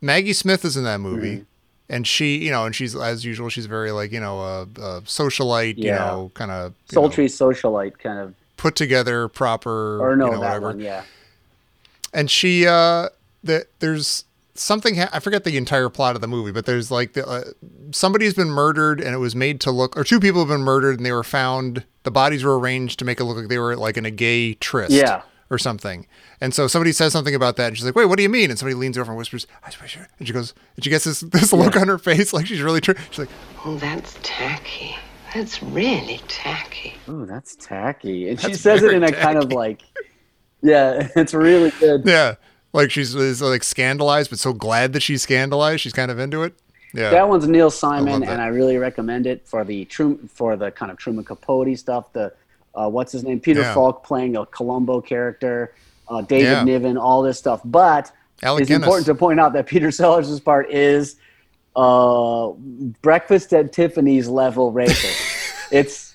Speaker 2: Maggie Smith is in that movie,
Speaker 4: Mm-hmm.
Speaker 2: and she, you know, and she's as usual. She's very like you know a, a socialite, you
Speaker 4: Yeah.
Speaker 2: know, kind of
Speaker 4: sultry socialite kind of,
Speaker 2: put together, proper,
Speaker 4: or no,
Speaker 2: you know,
Speaker 4: that
Speaker 2: whatever
Speaker 4: one, yeah.
Speaker 2: and she uh that there's something ha- i forget the entire plot of the movie but there's like the, uh, somebody's been murdered and it was made to look or two people have been murdered and they were found the bodies were arranged to make it look like they were like in a gay tryst
Speaker 4: Yeah.
Speaker 2: or something and so somebody says something about that and she's like wait what do you mean and somebody leans over and whispers i swear sure and she goes and she gets this this look on her face like she's really true she's like
Speaker 8: Oh, that's tacky. That's really tacky.
Speaker 4: Ooh, that's tacky. And she says it in a kind of like, yeah, it's really good.
Speaker 2: yeah like she's is, like scandalized but so glad that she's scandalized she's kind of into it yeah
Speaker 4: That one's Neil
Speaker 2: I love
Speaker 4: Simon,
Speaker 2: that.
Speaker 4: and I really recommend it for the Trum- for the kind of Truman Capote stuff. The uh, what's his name, Peter
Speaker 2: Yeah.
Speaker 4: Falk playing a Columbo character, uh, David
Speaker 2: Yeah.
Speaker 4: Niven, all this stuff. But
Speaker 2: Alec
Speaker 4: it's
Speaker 2: Guinness.
Speaker 4: important to point out that Peter Sellers' part is uh, Breakfast at Tiffany's level racist. it's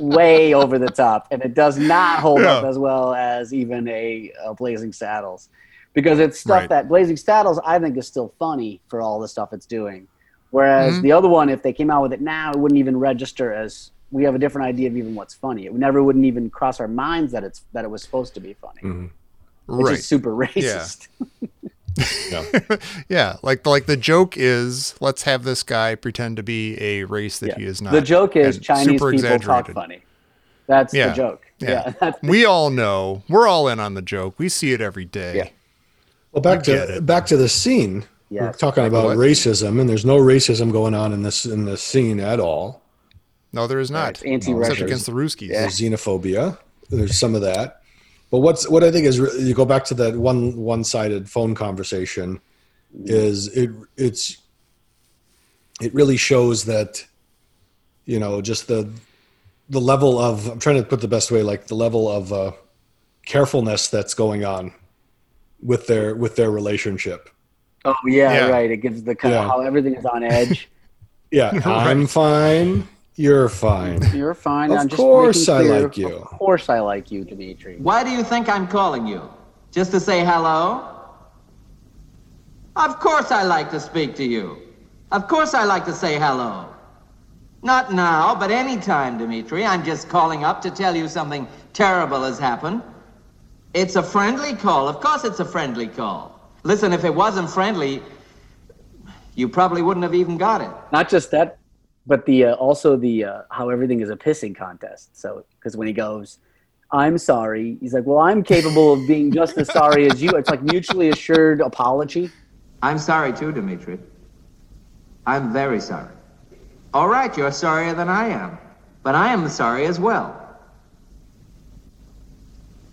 Speaker 4: way over the top, and it does not hold up
Speaker 2: Yeah.
Speaker 4: as well as even a, uh Blazing Saddles, because it's stuff
Speaker 2: Right.
Speaker 4: that Blazing Saddles I think is still funny for all the stuff it's doing.
Speaker 2: Mm-hmm.
Speaker 4: Whereas the other one, if they came out with it now, it wouldn't even register as we have a different idea of even what's funny. It never wouldn't even cross our minds that it's that it was supposed to be funny. It's
Speaker 2: right
Speaker 4: just super racist.
Speaker 2: Yeah, like like the joke is let's have this guy pretend to be a race that
Speaker 4: Yeah.
Speaker 2: he is not.
Speaker 4: The joke is
Speaker 2: and
Speaker 4: Chinese people talk
Speaker 2: exaggerated.
Speaker 4: funny. That's
Speaker 2: Yeah.
Speaker 4: the joke.
Speaker 2: Yeah.
Speaker 4: that's
Speaker 2: we all know. We're all in on the joke. We see it every day.
Speaker 4: Yeah.
Speaker 3: Well, back
Speaker 2: get
Speaker 3: to
Speaker 2: it.
Speaker 3: back to the scene. We're
Speaker 4: Yes.
Speaker 3: talking about
Speaker 2: what?
Speaker 3: racism, and there's no racism going on in this in this scene at all.
Speaker 2: No, there is not.
Speaker 4: it's anti-Russian.
Speaker 2: Except against the Ruskies.
Speaker 3: There's xenophobia. There's some of that. But what's what I think is re- you go back to that one one sided phone conversation
Speaker 4: Mm-hmm.
Speaker 3: is it it's it really shows that you know just the the level of I'm trying to put the best way like the level of uh, carefulness that's going on with their with their relationship.
Speaker 4: Oh yeah,
Speaker 2: Yeah.
Speaker 4: right. It gives the kind
Speaker 3: Yeah.
Speaker 4: of how everything is on edge.
Speaker 3: Yeah, I'm fine. You're fine.
Speaker 4: You're fine.
Speaker 3: Of
Speaker 4: I'm just
Speaker 3: course
Speaker 4: making
Speaker 3: I
Speaker 4: clear,
Speaker 3: like you.
Speaker 4: Of course I like you, Dimitri.
Speaker 7: Why do you think I'm calling you? Just to say hello? Of course I like to speak to you. Of course I like to say hello. Not now, but any time, Dimitri. I'm just calling up to tell you something terrible has happened. It's a friendly call. Of course it's a friendly call. Listen, if it wasn't friendly, you probably wouldn't have even got it.
Speaker 4: Not just that, but the uh, also the uh, how everything is a pissing contest. So because when he goes, I'm sorry. He's like, well, I'm capable of being just as sorry as you. It's like mutually assured apology.
Speaker 7: I'm sorry too, Dimitri. I'm very sorry. All right, you're sorrier than I am, but I am sorry as well.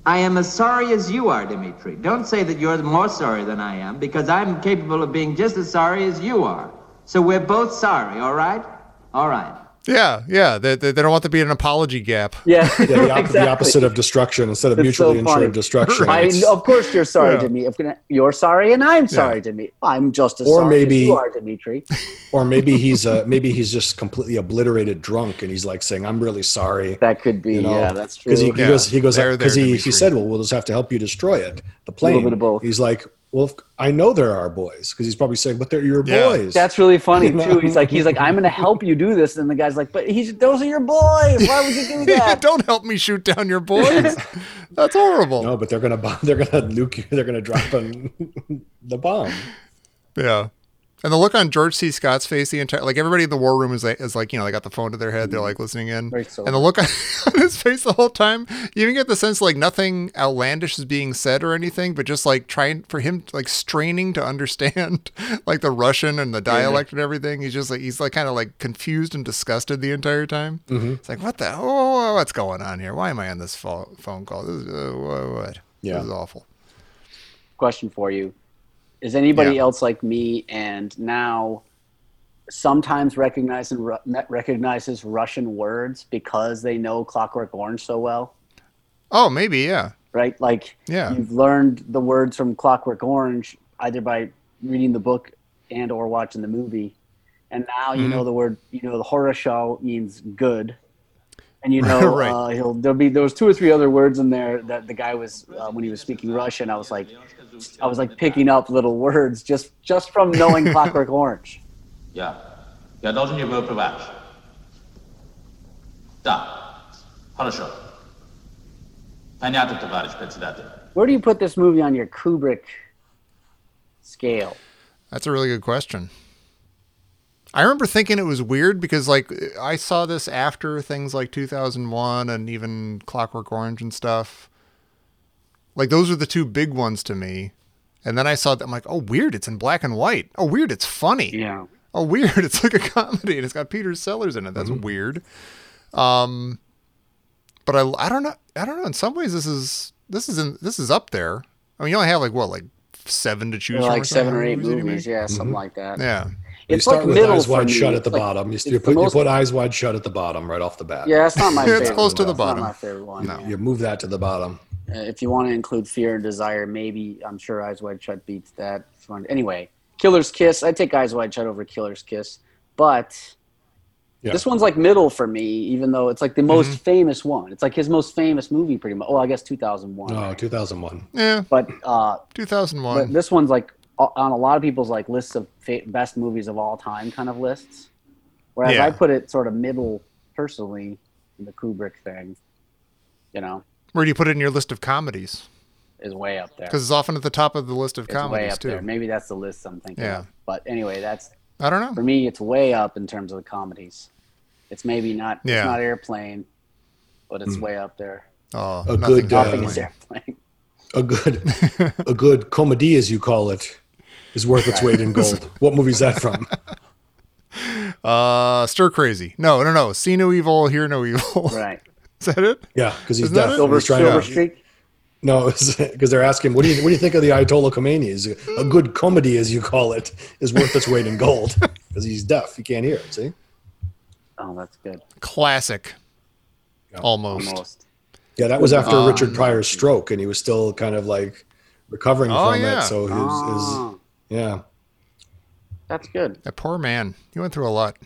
Speaker 7: I am as sorry as you are, Dimitri. Don't say that you're more sorry than I am, because I'm capable of being just as sorry as you are. So we're both sorry, all right? All right.
Speaker 2: Yeah, yeah. They, they, they don't want to be an apology gap.
Speaker 4: Yeah,
Speaker 3: Yeah, the, op-
Speaker 4: exactly.
Speaker 3: the opposite of destruction instead of
Speaker 4: It's so
Speaker 3: mutually
Speaker 4: funny.
Speaker 3: insured destruction.
Speaker 4: I
Speaker 3: it's-
Speaker 4: mean, of course you're sorry,
Speaker 2: Yeah.
Speaker 4: Dimitri. If gonna- you're sorry, and I'm sorry, Dimitri. I'm just as
Speaker 3: Or
Speaker 4: sorry
Speaker 3: maybe-
Speaker 4: as you are, Dimitri.
Speaker 3: or maybe he's uh, maybe he's just completely obliterated drunk and he's like saying i'm really sorry
Speaker 4: That could be.
Speaker 3: you know
Speaker 4: yeah, that's true.
Speaker 3: because he, he
Speaker 2: Yeah,
Speaker 3: goes he goes
Speaker 2: they're
Speaker 3: because
Speaker 2: there to
Speaker 3: he,
Speaker 2: be
Speaker 3: he
Speaker 2: free.
Speaker 3: said well we'll just have to help you destroy it the plane
Speaker 4: little bit of both.
Speaker 3: he's like well if- i know there are boys because he's probably saying but they're your
Speaker 2: Yeah.
Speaker 3: boys
Speaker 4: That's really funny
Speaker 3: You know?
Speaker 4: too. He's like, he's like, I'm gonna help you do this, and the guy's like, but he's those are your boys. Why would you do that?
Speaker 2: don't help me shoot down your boys. That's horrible.
Speaker 3: no but they're gonna bomb they're gonna nuke you they're gonna drop an, the bomb
Speaker 2: Yeah. And the look on George C. Scott's face the entire like everybody in the war room is like, is like you know they got the phone to their head they're like listening in
Speaker 4: Very sober.
Speaker 2: and the look on his face the whole time you even get the sense like nothing outlandish is being said or anything but just like trying for him like straining to understand like the Russian and the dialect and everything he's just like he's like kind of like confused and disgusted the entire time it's like what the oh what's going on here why am I on this pho- phone call this is uh, wha- what
Speaker 3: Yeah.
Speaker 2: this is awful
Speaker 4: Question for you: Is anybody
Speaker 2: Yeah.
Speaker 4: else like me and now sometimes recognize and ru- recognizes Russian words because they know Clockwork Orange so well?
Speaker 2: oh maybe yeah
Speaker 4: right? Like
Speaker 2: Yeah.
Speaker 4: you've learned the words from Clockwork Orange either by reading the book and or watching the movie. And now
Speaker 2: Mm-hmm.
Speaker 4: you know the word, you know the horoshow means good. And you know
Speaker 2: Right.
Speaker 4: uh, he'll there'll be there was two or three other words in there that the guy was uh, when he was speaking Russian. I was like, I was like picking up little words just just from knowing Clockwork Orange.
Speaker 6: Я. Я должен его провожать. Да. Хорошо. Понятно, товарищ председатель.
Speaker 4: Where do you put this movie on your Kubrick scale?
Speaker 2: That's a really good question. I remember thinking it was weird because like I saw this after things like 2001 and even Clockwork Orange and stuff. Like those are the two big ones to me. And then I saw that I'm like, "Oh, weird, it's in black and white. Oh, weird, it's funny."
Speaker 4: Yeah.
Speaker 2: Oh, weird. It's like a comedy and it's got Peter Sellers in it. That's
Speaker 4: Mm-hmm.
Speaker 2: weird. Um, but I, I don't know. I don't know. In some ways, this is this is in this is up there. I mean, you only have like what, like seven to choose
Speaker 4: They're
Speaker 2: from,
Speaker 4: like
Speaker 2: or
Speaker 4: seven
Speaker 2: something?
Speaker 4: or eight
Speaker 2: Movies anyway?
Speaker 4: movies, yeah, something like that.
Speaker 2: Yeah.
Speaker 3: Mm-hmm. you
Speaker 4: It's
Speaker 3: start
Speaker 4: like
Speaker 3: with
Speaker 4: middle
Speaker 3: eyes
Speaker 4: for
Speaker 3: wide
Speaker 4: me.
Speaker 3: shut at
Speaker 4: It's
Speaker 3: the
Speaker 4: like-
Speaker 3: bottom you,
Speaker 4: it's
Speaker 3: you,
Speaker 4: the
Speaker 3: put,
Speaker 4: most-
Speaker 3: you put eyes wide shut at the bottom right off the bat
Speaker 4: Yeah, it's not my
Speaker 2: It's
Speaker 4: favorite.
Speaker 2: close to the
Speaker 4: It's not
Speaker 2: bottom.
Speaker 4: my favorite one.
Speaker 3: you, you move that to the bottom
Speaker 4: Uh, if you want to include Fear and Desire, maybe I'm sure Eyes Wide Shut beats that. If you want- Anyway, Killer's Kiss. I take Eyes Wide Shut over Killer's Kiss, but
Speaker 3: Yeah.
Speaker 4: this one's like middle for me, even though it's like the
Speaker 2: Mm-hmm.
Speaker 4: most famous one. It's like his most famous movie, pretty much. Well, I guess 2001.
Speaker 3: oh 2001
Speaker 2: Yeah.
Speaker 4: But uh,
Speaker 2: 2001.
Speaker 4: but this one's like o- on a lot of people's like lists of fa- best movies of all time kind of lists. Whereas
Speaker 2: Yeah.
Speaker 4: I put it sort of middle personally in the Kubrick thing, you know,
Speaker 2: Where do you put it in your list of comedies?
Speaker 4: is way up there.
Speaker 2: Because it's often at the top of the list of
Speaker 4: It's way
Speaker 2: comedies
Speaker 4: up
Speaker 2: too.
Speaker 4: there. Maybe that's the list I'm thinking.
Speaker 2: Yeah.
Speaker 4: Of. But anyway, that's
Speaker 2: I don't
Speaker 4: for
Speaker 2: know.
Speaker 4: me. It's way up in terms of the comedies. It's maybe not.
Speaker 2: Yeah.
Speaker 4: It's not airplane, but it's way up there.
Speaker 2: Oh,
Speaker 3: A
Speaker 2: nothing
Speaker 3: good,
Speaker 2: to
Speaker 3: uh,
Speaker 2: do
Speaker 4: I
Speaker 2: with
Speaker 4: think
Speaker 3: Airplane.
Speaker 4: it's
Speaker 2: it.
Speaker 4: airplane.
Speaker 3: a good a good comedy, as you call it, is worth its weight in gold. What movie is that from?
Speaker 2: Uh, stir crazy. No, no, no. See no evil, hear no evil.
Speaker 4: Right.
Speaker 2: Is that it?
Speaker 3: Yeah, because he's
Speaker 2: Isn't that
Speaker 3: deaf.
Speaker 2: it?
Speaker 3: and
Speaker 4: Silver,
Speaker 3: he's trying
Speaker 4: Silver
Speaker 3: to-
Speaker 4: Streak.
Speaker 3: No, because they're asking, what do you what do you think of the Ayatollah Khomeini? Is it- a good comedy, as you call it, is worth its weight in gold because he's deaf; he can't hear. it, See,
Speaker 4: Oh, that's good.
Speaker 2: Classic. Almost.
Speaker 4: Almost.
Speaker 3: yeah, that was after Richard Pryor's stroke, and he was still kind of like recovering
Speaker 2: Oh,
Speaker 3: from
Speaker 2: yeah.
Speaker 3: it. So his,
Speaker 4: Oh,
Speaker 3: his yeah,
Speaker 4: that's good.
Speaker 2: That poor man. He went through a lot.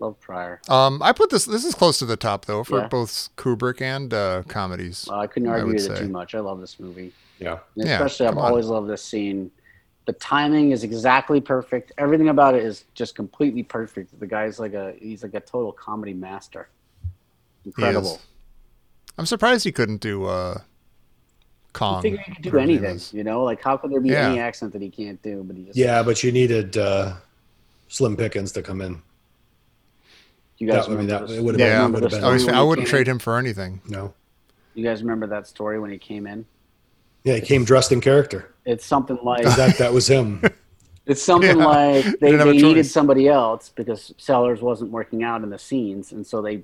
Speaker 4: Love Pryor.
Speaker 2: Um, I put this. This is close to the top though for
Speaker 4: Yeah.
Speaker 2: both Kubrick and uh, comedies.
Speaker 4: Well, I couldn't
Speaker 2: I
Speaker 4: argue
Speaker 2: would
Speaker 4: with it
Speaker 2: say.
Speaker 4: too much. I love this movie.
Speaker 3: yeah,
Speaker 4: And
Speaker 2: Yeah,
Speaker 4: especially, I've
Speaker 2: come on.
Speaker 4: always loved this scene. The timing is exactly perfect. Everything about it is just completely perfect. The guy's like a he's like a total comedy master.
Speaker 2: He is.
Speaker 4: Incredible.
Speaker 2: I'm surprised he couldn't do uh, Kong.
Speaker 4: I figure he could do
Speaker 2: whatever his name
Speaker 4: anything,
Speaker 2: is.
Speaker 4: you know? Like how could there be
Speaker 2: Yeah.
Speaker 4: any accent that he can't do? But he just
Speaker 3: yeah. But you needed uh, Slim Pickens to come in.
Speaker 4: You
Speaker 3: That,
Speaker 4: guys
Speaker 3: I mean,
Speaker 4: remember
Speaker 3: that
Speaker 4: this-
Speaker 3: it would have
Speaker 2: Yeah,
Speaker 3: been, would have been
Speaker 2: I, always
Speaker 4: When
Speaker 2: I
Speaker 4: he
Speaker 2: wouldn't
Speaker 4: came
Speaker 2: trade him for anything.
Speaker 3: no.
Speaker 4: You guys remember that story when he came in?
Speaker 3: Yeah, he came dressed in character.
Speaker 4: It's something like
Speaker 3: That that was him.
Speaker 4: it's something
Speaker 2: Yeah.
Speaker 4: like they,
Speaker 2: didn't have a
Speaker 4: they needed
Speaker 2: choice.
Speaker 4: somebody else because Sellers wasn't working out in the scenes, and so they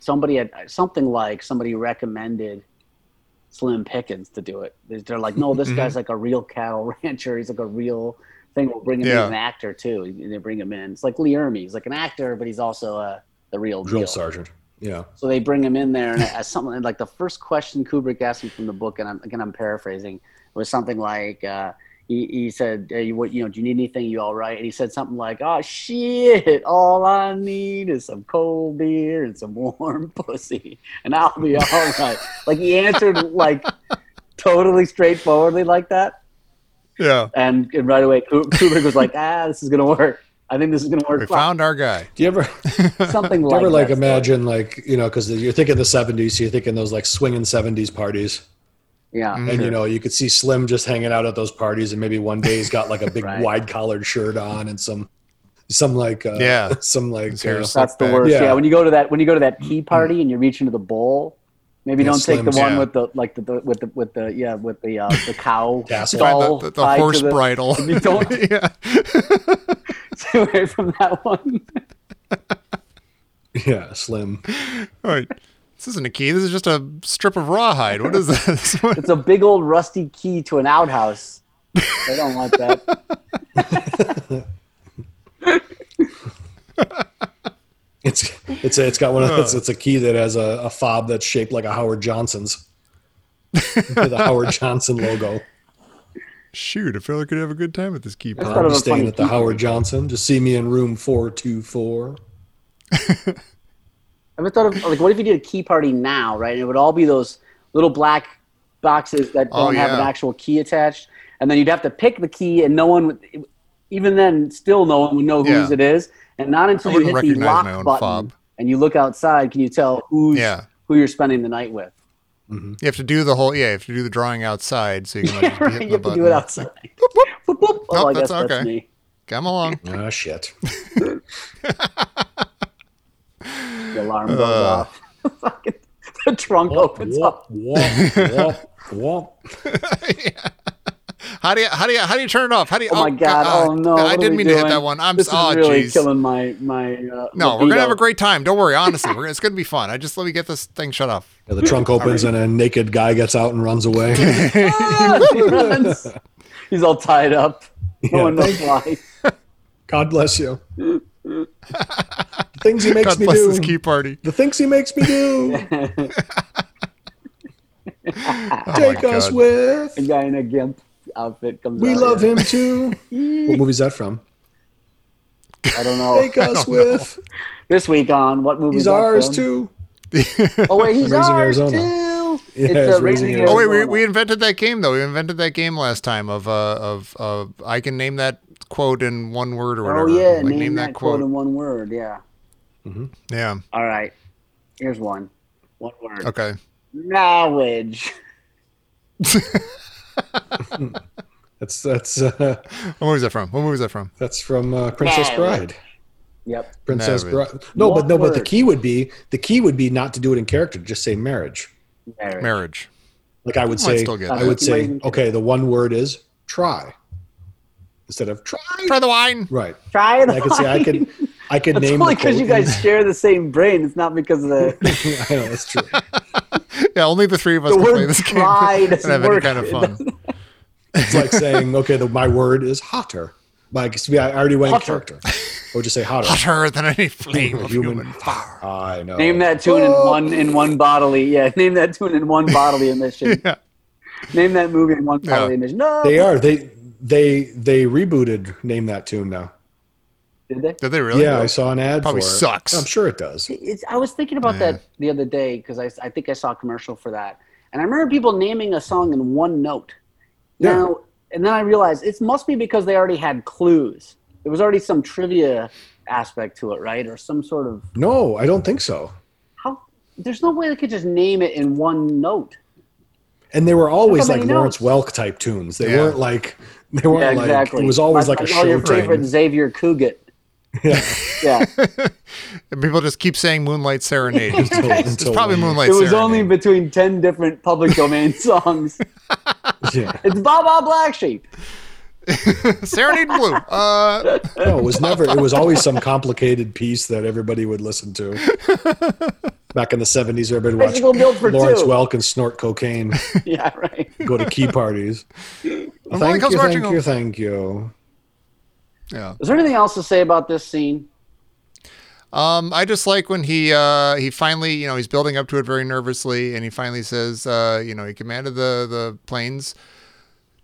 Speaker 4: somebody had something like somebody recommended Slim Pickens to do it. They're- They're like, no,
Speaker 2: Mm-hmm.
Speaker 4: this guy's like a real cattle rancher. He's like a real thing. We'll bring him in
Speaker 2: Yeah.
Speaker 4: as an actor too. And they bring him in. It's like Lee Ermey. He's like an actor, but he's also uh, the real
Speaker 3: Drill
Speaker 4: deal.
Speaker 3: sergeant. Yeah,
Speaker 4: So they bring him in there, and as something like the first question Kubrick asked him from the book, and I'm, again I'm paraphrasing, was something like, uh, he, he said, hey, what, you know, do you need anything? You all right? And he said something like, oh shit, all I need is some cold beer and some warm pussy, and I'll be all right. like he answered like totally straightforwardly like that,
Speaker 2: Yeah,
Speaker 4: and, and right away Ku- Kubrick was like, ah, this is gonna work. I think this is gonna work.
Speaker 2: we found our guy.
Speaker 3: do you ever?
Speaker 4: something
Speaker 3: You
Speaker 4: like
Speaker 3: ever like
Speaker 4: that.
Speaker 3: imagine like you know because you're thinking the 70s so you're thinking those like swinging 70s parties
Speaker 4: Yeah.
Speaker 3: and you know you could see slim just hanging out at those parties and maybe one day he's got like a big
Speaker 4: Right.
Speaker 3: wide collared shirt on and some some like uh,
Speaker 2: Yeah.
Speaker 3: some like
Speaker 2: His
Speaker 3: uh,
Speaker 2: hair's-
Speaker 4: That's the
Speaker 2: back.
Speaker 4: worst. Yeah.
Speaker 3: Yeah.
Speaker 4: when you go to that when you go to that tea party and you reach into the bowl, maybe
Speaker 3: Yeah,
Speaker 4: don't take the
Speaker 3: Slims,
Speaker 4: one
Speaker 2: Mm-hmm. yeah.
Speaker 4: with the like the, the with the with the yeah with the uh, the cow
Speaker 3: Tassel.
Speaker 2: Find
Speaker 4: skull
Speaker 2: the, the, the
Speaker 4: tied to
Speaker 2: horse
Speaker 4: the-
Speaker 2: bridle.
Speaker 4: You don't-
Speaker 2: yeah.
Speaker 4: Stay away from that one.
Speaker 3: yeah slim
Speaker 2: All right. This isn't a key. This is just a strip of rawhide. What is this?
Speaker 4: It's a big old rusty key to an outhouse. I don't want that.
Speaker 3: it's it's a, it's got one of those it's a key that has a, a fob that's shaped like a howard johnson's the howard johnson logo
Speaker 2: Shoot, a fella could have a good time with this key.
Speaker 4: That's
Speaker 2: pal.
Speaker 4: kind
Speaker 3: i'm
Speaker 4: of a funny
Speaker 3: staying at the
Speaker 4: key.
Speaker 3: howard johnson just see me in room 424
Speaker 4: I ever thought of like what if you did a key party now, right? And it would all be those little black boxes that
Speaker 2: Oh,
Speaker 4: don't have an
Speaker 2: yeah.
Speaker 4: actual key attached, and then you'd have to pick the key, and no one would. Even then, still no one would know whose
Speaker 2: Yeah.
Speaker 4: it is, and not until
Speaker 2: I
Speaker 4: you
Speaker 2: wouldn't
Speaker 4: hit the
Speaker 2: recognize
Speaker 4: lock
Speaker 2: my own
Speaker 4: button
Speaker 2: fob.
Speaker 4: and you look outside, can you tell who's
Speaker 2: Yeah.
Speaker 4: who you're spending the night with?
Speaker 2: You have to do the whole. Yeah, you have to do the drawing outside, so Oh, you can like, just be
Speaker 4: right,
Speaker 2: hitting
Speaker 4: you have
Speaker 2: the
Speaker 4: to do it
Speaker 2: button.
Speaker 4: outside. Boop, boop. Oh,
Speaker 2: Nope,
Speaker 4: I
Speaker 2: that's
Speaker 4: guess that's
Speaker 2: okay.
Speaker 4: me.
Speaker 2: Come along.
Speaker 3: ah shit
Speaker 4: The alarm goes
Speaker 2: Uh.
Speaker 4: off. Fucking- the trunk opens up.
Speaker 3: Womp, womp, womp.
Speaker 2: How do you how do you how do you turn it off? How do you?
Speaker 4: Oh my god! oh no!
Speaker 2: I
Speaker 4: what are
Speaker 2: didn't
Speaker 4: we
Speaker 2: mean to hit
Speaker 4: doing?
Speaker 2: that one. I'm
Speaker 4: this
Speaker 2: oh,
Speaker 4: is really
Speaker 2: jeez.
Speaker 4: killing my my. Uh,
Speaker 2: No, we're gonna have
Speaker 4: libido.
Speaker 2: a great time. Don't worry. Honestly, we're, it's gonna be fun. I just let me get this thing shut off.
Speaker 3: Yeah, the trunk opens and a naked guy gets out and runs away.
Speaker 4: he runs. He's all tied up. No
Speaker 3: Yeah.
Speaker 4: one knows why.
Speaker 3: God bless you. The things he makes
Speaker 2: God
Speaker 3: me
Speaker 2: bless
Speaker 3: do.
Speaker 2: this key party.
Speaker 3: The things he makes me do.
Speaker 2: Oh my
Speaker 3: Take us
Speaker 2: God.
Speaker 3: with.
Speaker 4: The guy in a gimp outfit comes.
Speaker 3: We
Speaker 4: out,
Speaker 3: love
Speaker 4: yeah.
Speaker 3: him too. what movie's that from?
Speaker 4: I don't know.
Speaker 3: Take us with.
Speaker 4: This week on what movie?
Speaker 3: He's ours too.
Speaker 4: Oh wait, he's
Speaker 3: Raising
Speaker 4: ours
Speaker 3: Arizona.
Speaker 4: too.
Speaker 3: Yeah,
Speaker 4: it's
Speaker 3: it's Raising
Speaker 4: uh, raising
Speaker 3: Arizona.
Speaker 2: Oh wait, we, we invented that game though. We invented that game last time of uh of uh I can name that quote in one word or whatever.
Speaker 4: Oh yeah,
Speaker 2: Like,
Speaker 4: name, that, quote. in one word. Yeah.
Speaker 2: Yeah.
Speaker 4: All right. Here's one. One word.
Speaker 2: Okay.
Speaker 4: Knowledge.
Speaker 3: That's that's uh,
Speaker 2: What movie is that from? What movie is that from?
Speaker 3: that's from uh, Princess
Speaker 4: Nah.
Speaker 3: Bride.
Speaker 4: Yep.
Speaker 3: Princess
Speaker 2: Marriage.
Speaker 3: Bride. No,
Speaker 4: What
Speaker 3: but no, but the
Speaker 4: word?
Speaker 3: key would be the key would be not to do it in character. Just say marriage.
Speaker 4: Marriage.
Speaker 2: Marriage.
Speaker 3: Like I would
Speaker 2: Oh, I might
Speaker 3: say,
Speaker 2: still get
Speaker 3: I
Speaker 2: that.
Speaker 3: would
Speaker 4: You might
Speaker 3: say,
Speaker 4: even-
Speaker 3: okay, the one word is try instead of try.
Speaker 2: Try the wine.
Speaker 3: Right.
Speaker 4: Try it.
Speaker 3: I could say I could, I could
Speaker 4: That's
Speaker 3: name
Speaker 4: only
Speaker 3: the
Speaker 4: because you
Speaker 3: quote.
Speaker 4: guys share the same brain. It's not because of the,
Speaker 3: I know that's true.
Speaker 2: Yeah, only the three of us
Speaker 4: the
Speaker 2: can play
Speaker 4: word
Speaker 2: this game
Speaker 4: try
Speaker 2: and
Speaker 4: doesn't
Speaker 2: have any
Speaker 4: work.
Speaker 2: kind of
Speaker 4: It
Speaker 2: fun.
Speaker 4: doesn't-
Speaker 3: It's like saying, okay, the, my word is hotter. Like so yeah, I already went in character. I would just say hotter.
Speaker 2: Hotter than any flame
Speaker 3: A
Speaker 2: of
Speaker 3: human
Speaker 2: human, fire.
Speaker 3: I know.
Speaker 4: Name that tune in one in one bodily. Yeah, name that tune in one bodily emission.
Speaker 2: Yeah.
Speaker 4: Name that movie in one
Speaker 2: Yeah.
Speaker 4: bodily emission. No,
Speaker 3: They are. They they they rebooted Name That Tune now.
Speaker 4: Did they?
Speaker 2: Did they really?
Speaker 3: Yeah, I saw an ad.
Speaker 2: Probably
Speaker 3: for it.
Speaker 2: sucks.
Speaker 3: I'm sure it does.
Speaker 4: It's, I was thinking about that the other day because I, I think I saw a commercial for that, and I remember people naming a song in one note.
Speaker 3: Yeah.
Speaker 4: Now, and then I realized it must be because they already had clues. There was already some trivia aspect to it, right, or some sort of
Speaker 3: No, I don't think so.
Speaker 4: how. There's no way they could just name it in one note.
Speaker 3: And they were always
Speaker 4: Nobody
Speaker 3: like Lawrence
Speaker 4: knows.
Speaker 3: Welk type tunes. They
Speaker 2: Yeah.
Speaker 3: weren't like they weren't
Speaker 4: Yeah,
Speaker 3: like
Speaker 4: exactly.
Speaker 3: it was always like, a
Speaker 4: all
Speaker 3: show
Speaker 4: your
Speaker 3: train.
Speaker 4: favorite Xavier Cugat.
Speaker 3: Yeah.
Speaker 4: Yeah,
Speaker 2: And people just keep saying Moonlight Serenade. It's
Speaker 3: Until- until
Speaker 2: probably
Speaker 3: one-
Speaker 2: Moonlight
Speaker 4: it was
Speaker 2: Serenade.
Speaker 4: only between ten different public domain songs.
Speaker 3: Yeah.
Speaker 4: It's Baba Black Sheep.
Speaker 2: Serenade Blue. Uh,
Speaker 3: No, it was never. It was always some complicated piece that everybody would listen to. Back in the seventies, everybody watched
Speaker 4: Bicycle built for
Speaker 3: Lawrence
Speaker 4: two.
Speaker 3: Welk and snort cocaine,
Speaker 4: Yeah, right.
Speaker 3: go to key parties.
Speaker 2: I'm only
Speaker 3: thank you,
Speaker 2: comes marching
Speaker 3: thank you,
Speaker 2: on-
Speaker 3: thank you.
Speaker 2: yeah.
Speaker 4: Is there anything else to say about this scene?
Speaker 2: Um, I just like when he uh, he finally, you know, he's building up to it very nervously, and he finally says, uh, you know, he commanded the the planes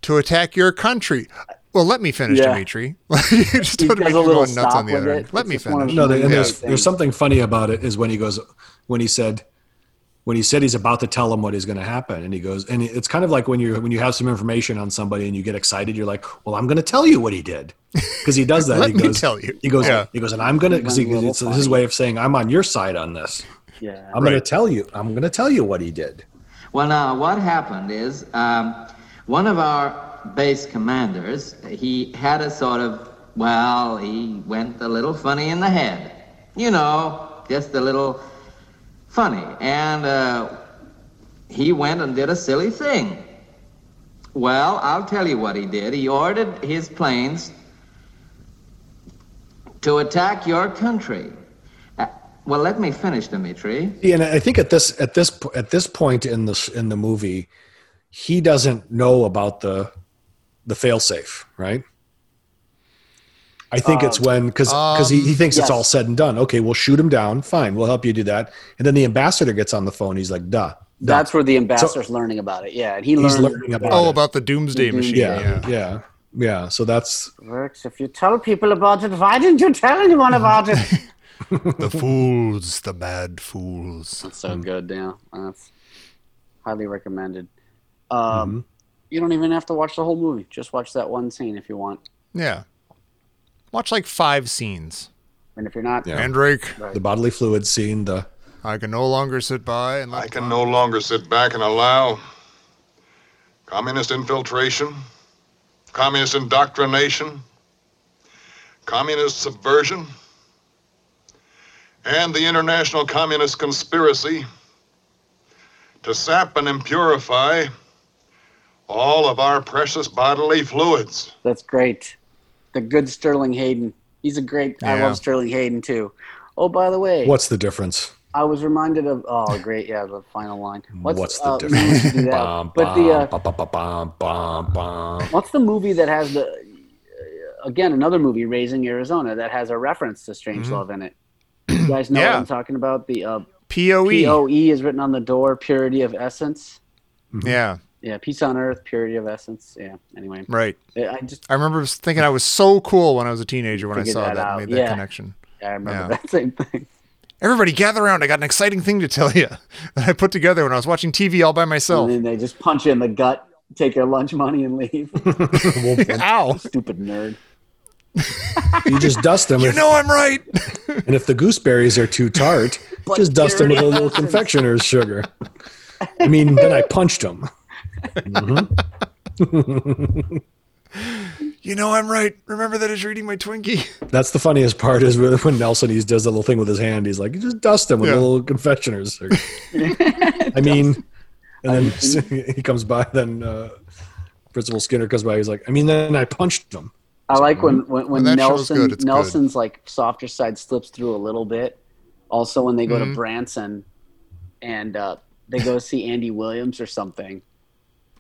Speaker 2: to attack your country. Well, let me finish,
Speaker 4: Yeah.
Speaker 2: Dimitri. you just
Speaker 4: He
Speaker 2: want to
Speaker 4: does
Speaker 2: make
Speaker 4: a
Speaker 2: me
Speaker 4: little
Speaker 2: go nuts
Speaker 4: stop
Speaker 2: on the
Speaker 4: with
Speaker 2: other
Speaker 4: it.
Speaker 2: end. Let
Speaker 4: It's
Speaker 2: me
Speaker 4: just one
Speaker 2: finish.
Speaker 4: of
Speaker 3: No, they, and there's,
Speaker 4: Yeah.
Speaker 3: there's something funny about it is when he goes, when he said, when he said he's about to tell him what is going to happen, and he goes, and it's kind of like when you when you have some information on somebody and you get excited, you're like, well, I'm going to tell you what he did, because he does that.
Speaker 2: Let
Speaker 3: he
Speaker 2: me
Speaker 3: goes,
Speaker 2: tell you.
Speaker 3: He goes,
Speaker 2: Yeah.
Speaker 3: he goes, and I'm going to because
Speaker 4: I'm a little
Speaker 3: it's his
Speaker 4: funny.
Speaker 3: way of saying I'm on your side on this.
Speaker 4: Yeah.
Speaker 3: I'm going to tell you. I'm going to tell you what he did.
Speaker 7: Well, now, what happened is um, one of our base commanders, he had a sort of, well, he went a little funny in the head. You know, just a little funny. And uh, he went and did a silly thing. Well, I'll tell you what he did. He ordered his planes to attack your country. Uh, well, let me finish, Dimitri.
Speaker 3: Yeah, and I think at this at this po- at this point in this in the movie, he doesn't know about the the failsafe, right? I think it's when because he, he thinks it's
Speaker 4: Uh, um, yes.
Speaker 3: all said and done. Okay, we'll shoot him down. Fine, we'll help you do that. And then the ambassador gets on the phone. He's like, "Duh." duh.
Speaker 4: That's where the ambassador's learning about it. Yeah, and he
Speaker 3: he's
Speaker 4: learns
Speaker 3: learning about.
Speaker 2: Oh,
Speaker 3: it.
Speaker 2: about the
Speaker 4: Mm-hmm.
Speaker 2: doomsday machine.
Speaker 3: yeah,
Speaker 2: Yeah.
Speaker 3: yeah, yeah, So that's
Speaker 4: works. If you tell people about it, why didn't you tell anyone about it?
Speaker 2: the fools, the bad fools.
Speaker 4: That's so good. Yeah, that's highly recommended. Um,
Speaker 3: Mm-hmm.
Speaker 4: You don't even have to watch the whole movie. Just watch that one scene if you want.
Speaker 2: Yeah. Watch like five scenes.
Speaker 4: And if you're not,
Speaker 3: Yeah.
Speaker 2: Mandrake,
Speaker 3: the bodily fluid scene. The
Speaker 2: I can no longer sit by and let
Speaker 1: I can no longer sit back and allow communist infiltration, communist indoctrination, communist subversion, and the international communist conspiracy to sap and impurify all of our precious bodily fluids.
Speaker 4: that's great. The good Sterling Hayden. He's a great. I
Speaker 2: Yeah.
Speaker 4: love Sterling Hayden too. Oh, by the way,
Speaker 3: what's the difference?
Speaker 4: I was reminded of. Oh, great. Yeah, the final line. What's,
Speaker 3: What's the
Speaker 4: uh, we
Speaker 3: difference?
Speaker 4: should do that.
Speaker 3: Bum,
Speaker 4: but the uh,
Speaker 3: bum, bum, bum, bum, bum, bum.
Speaker 4: What's the movie that has the uh, again another movie Raising Arizona that has a reference to Strange
Speaker 3: Mm-hmm.
Speaker 4: Love in it? You guys know what
Speaker 2: Yeah.
Speaker 4: I'm talking about? The uh,
Speaker 2: POE.
Speaker 4: POE is written on the door, purity of essence. E.
Speaker 2: Yeah,
Speaker 4: Yeah, peace on earth, purity of essence. Yeah. Anyway,
Speaker 2: right.
Speaker 4: I I just
Speaker 2: I remember thinking I was so cool when I was a teenager when I
Speaker 4: Figured
Speaker 2: saw
Speaker 4: that
Speaker 2: that,
Speaker 4: out,
Speaker 2: and made that
Speaker 4: yeah.
Speaker 2: connection.
Speaker 4: I remember
Speaker 2: Yeah.
Speaker 4: that same thing.
Speaker 2: Everybody gather around. I got an exciting thing to tell you that I put together when I was watching TV all by myself.
Speaker 4: And then they just punch you in the gut, take your lunch money, and leave.
Speaker 2: Ow.
Speaker 4: Stupid nerd.
Speaker 3: You just dust them.
Speaker 2: You know I'm right.
Speaker 3: And if the gooseberries are too tart, just dust them with a little
Speaker 4: Butternut.
Speaker 3: confectioner's sugar. I mean, then I punched them.
Speaker 2: You know I'm right. Remember that as you're eating my Twinkie.
Speaker 3: That's the funniest part is when when Nelson he does the little thing with his hand. He's like, you just dust them with a
Speaker 2: Yeah.
Speaker 3: little confectioner's sugar. I mean, And then he comes by. Then uh, Principal Skinner comes by. He's like, I mean, then I punched him.
Speaker 4: I like when when, when
Speaker 2: When that show's
Speaker 4: Nelson
Speaker 2: good, it's good.
Speaker 4: Nelson's like softer side slips through a little bit. Also, when they go
Speaker 2: Mm-hmm.
Speaker 4: to Branson, and uh, they go see Andy Williams or something,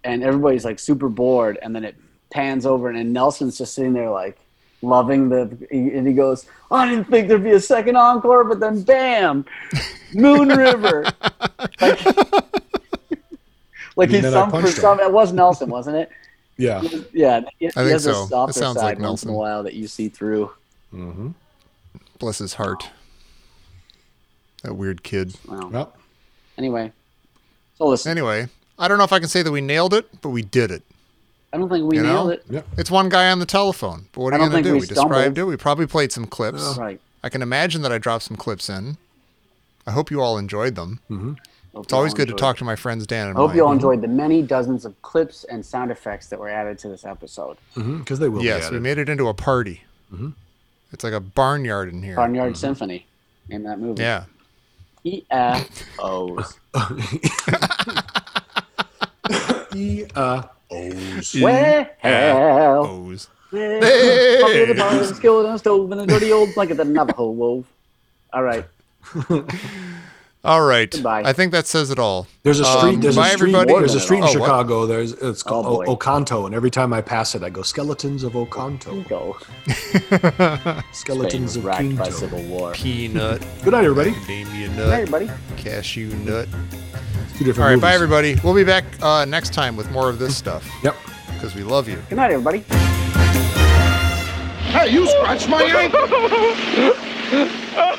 Speaker 4: and everybody's like super bored, and then it pans over, and, then Nelson's just sitting there like loving the, and he goes, "I didn't think there'd be a second encore, but then bam, Moon River." like, like
Speaker 3: And
Speaker 4: he's
Speaker 3: then I
Speaker 4: some for
Speaker 3: punched him.
Speaker 4: some. It was Nelson, wasn't it?
Speaker 3: Yeah.
Speaker 4: Yeah, he,
Speaker 2: I
Speaker 4: he
Speaker 2: think
Speaker 4: has
Speaker 2: so.
Speaker 4: a
Speaker 2: That
Speaker 4: softer
Speaker 2: sounds like
Speaker 4: side once in
Speaker 2: Nelson.
Speaker 4: a while that you see through.
Speaker 3: Mm-hmm.
Speaker 2: Bless his heart. That weird kid.
Speaker 4: Well,
Speaker 3: Well,
Speaker 4: anyway, so listen,
Speaker 2: Anyway, I don't know if I can say that we nailed it, but we did it.
Speaker 4: I don't think we
Speaker 2: You know?
Speaker 4: nailed it.
Speaker 2: It's one guy on the telephone. But what
Speaker 4: I
Speaker 2: are you
Speaker 4: don't
Speaker 2: going to
Speaker 4: think
Speaker 2: do?
Speaker 4: we
Speaker 2: We, described
Speaker 4: stumbled.
Speaker 2: it. We probably played some clips.
Speaker 4: Right.
Speaker 2: I can imagine that I dropped some clips in. I hope you all enjoyed them. It's always good to talk to my friends Dan and
Speaker 4: I hope
Speaker 2: Mike.
Speaker 4: you all enjoyed the many dozens of clips and sound effects that were added to this episode.
Speaker 3: because mm, they will. be
Speaker 2: Yes,
Speaker 3: at
Speaker 2: we
Speaker 3: it.
Speaker 2: made it into a party. It's like a barnyard in here.
Speaker 4: Barnyard Symphony, name of that movie.
Speaker 2: Mm-hmm.
Speaker 4: E
Speaker 2: Yeah.
Speaker 4: EFOs.
Speaker 3: E, uh, O's.
Speaker 2: E
Speaker 4: Well, well,
Speaker 2: O's.
Speaker 4: under the bar, the skillet on the stove, and the dirty old blanket that Navajo wove. All right.
Speaker 2: All right.
Speaker 4: Goodbye.
Speaker 2: I think that says it all.
Speaker 3: There's a street.
Speaker 2: Um,
Speaker 3: there's a
Speaker 2: bye,
Speaker 3: street.
Speaker 2: everybody.
Speaker 3: There's a street in
Speaker 2: Oh, what?
Speaker 3: Chicago. There's it's called
Speaker 4: Oh,
Speaker 3: O-
Speaker 4: boy.
Speaker 3: Oconto, and every time I pass it, I go skeletons of Oconto,
Speaker 4: Go.
Speaker 3: skeletons
Speaker 4: Spain
Speaker 3: of
Speaker 4: racked by
Speaker 3: Quinto.
Speaker 4: civil war.
Speaker 2: Peanut,
Speaker 3: Good night, everybody.
Speaker 2: macadamia
Speaker 4: Hey,
Speaker 2: nut,
Speaker 4: everybody.
Speaker 2: cashew nut.
Speaker 3: Two different.
Speaker 2: All right, bye
Speaker 3: movies.
Speaker 2: everybody. We'll be back uh, next time with more of this stuff
Speaker 3: Yep.
Speaker 2: because we love you.
Speaker 4: Good night, everybody.
Speaker 5: Hey, you scratch my ankle.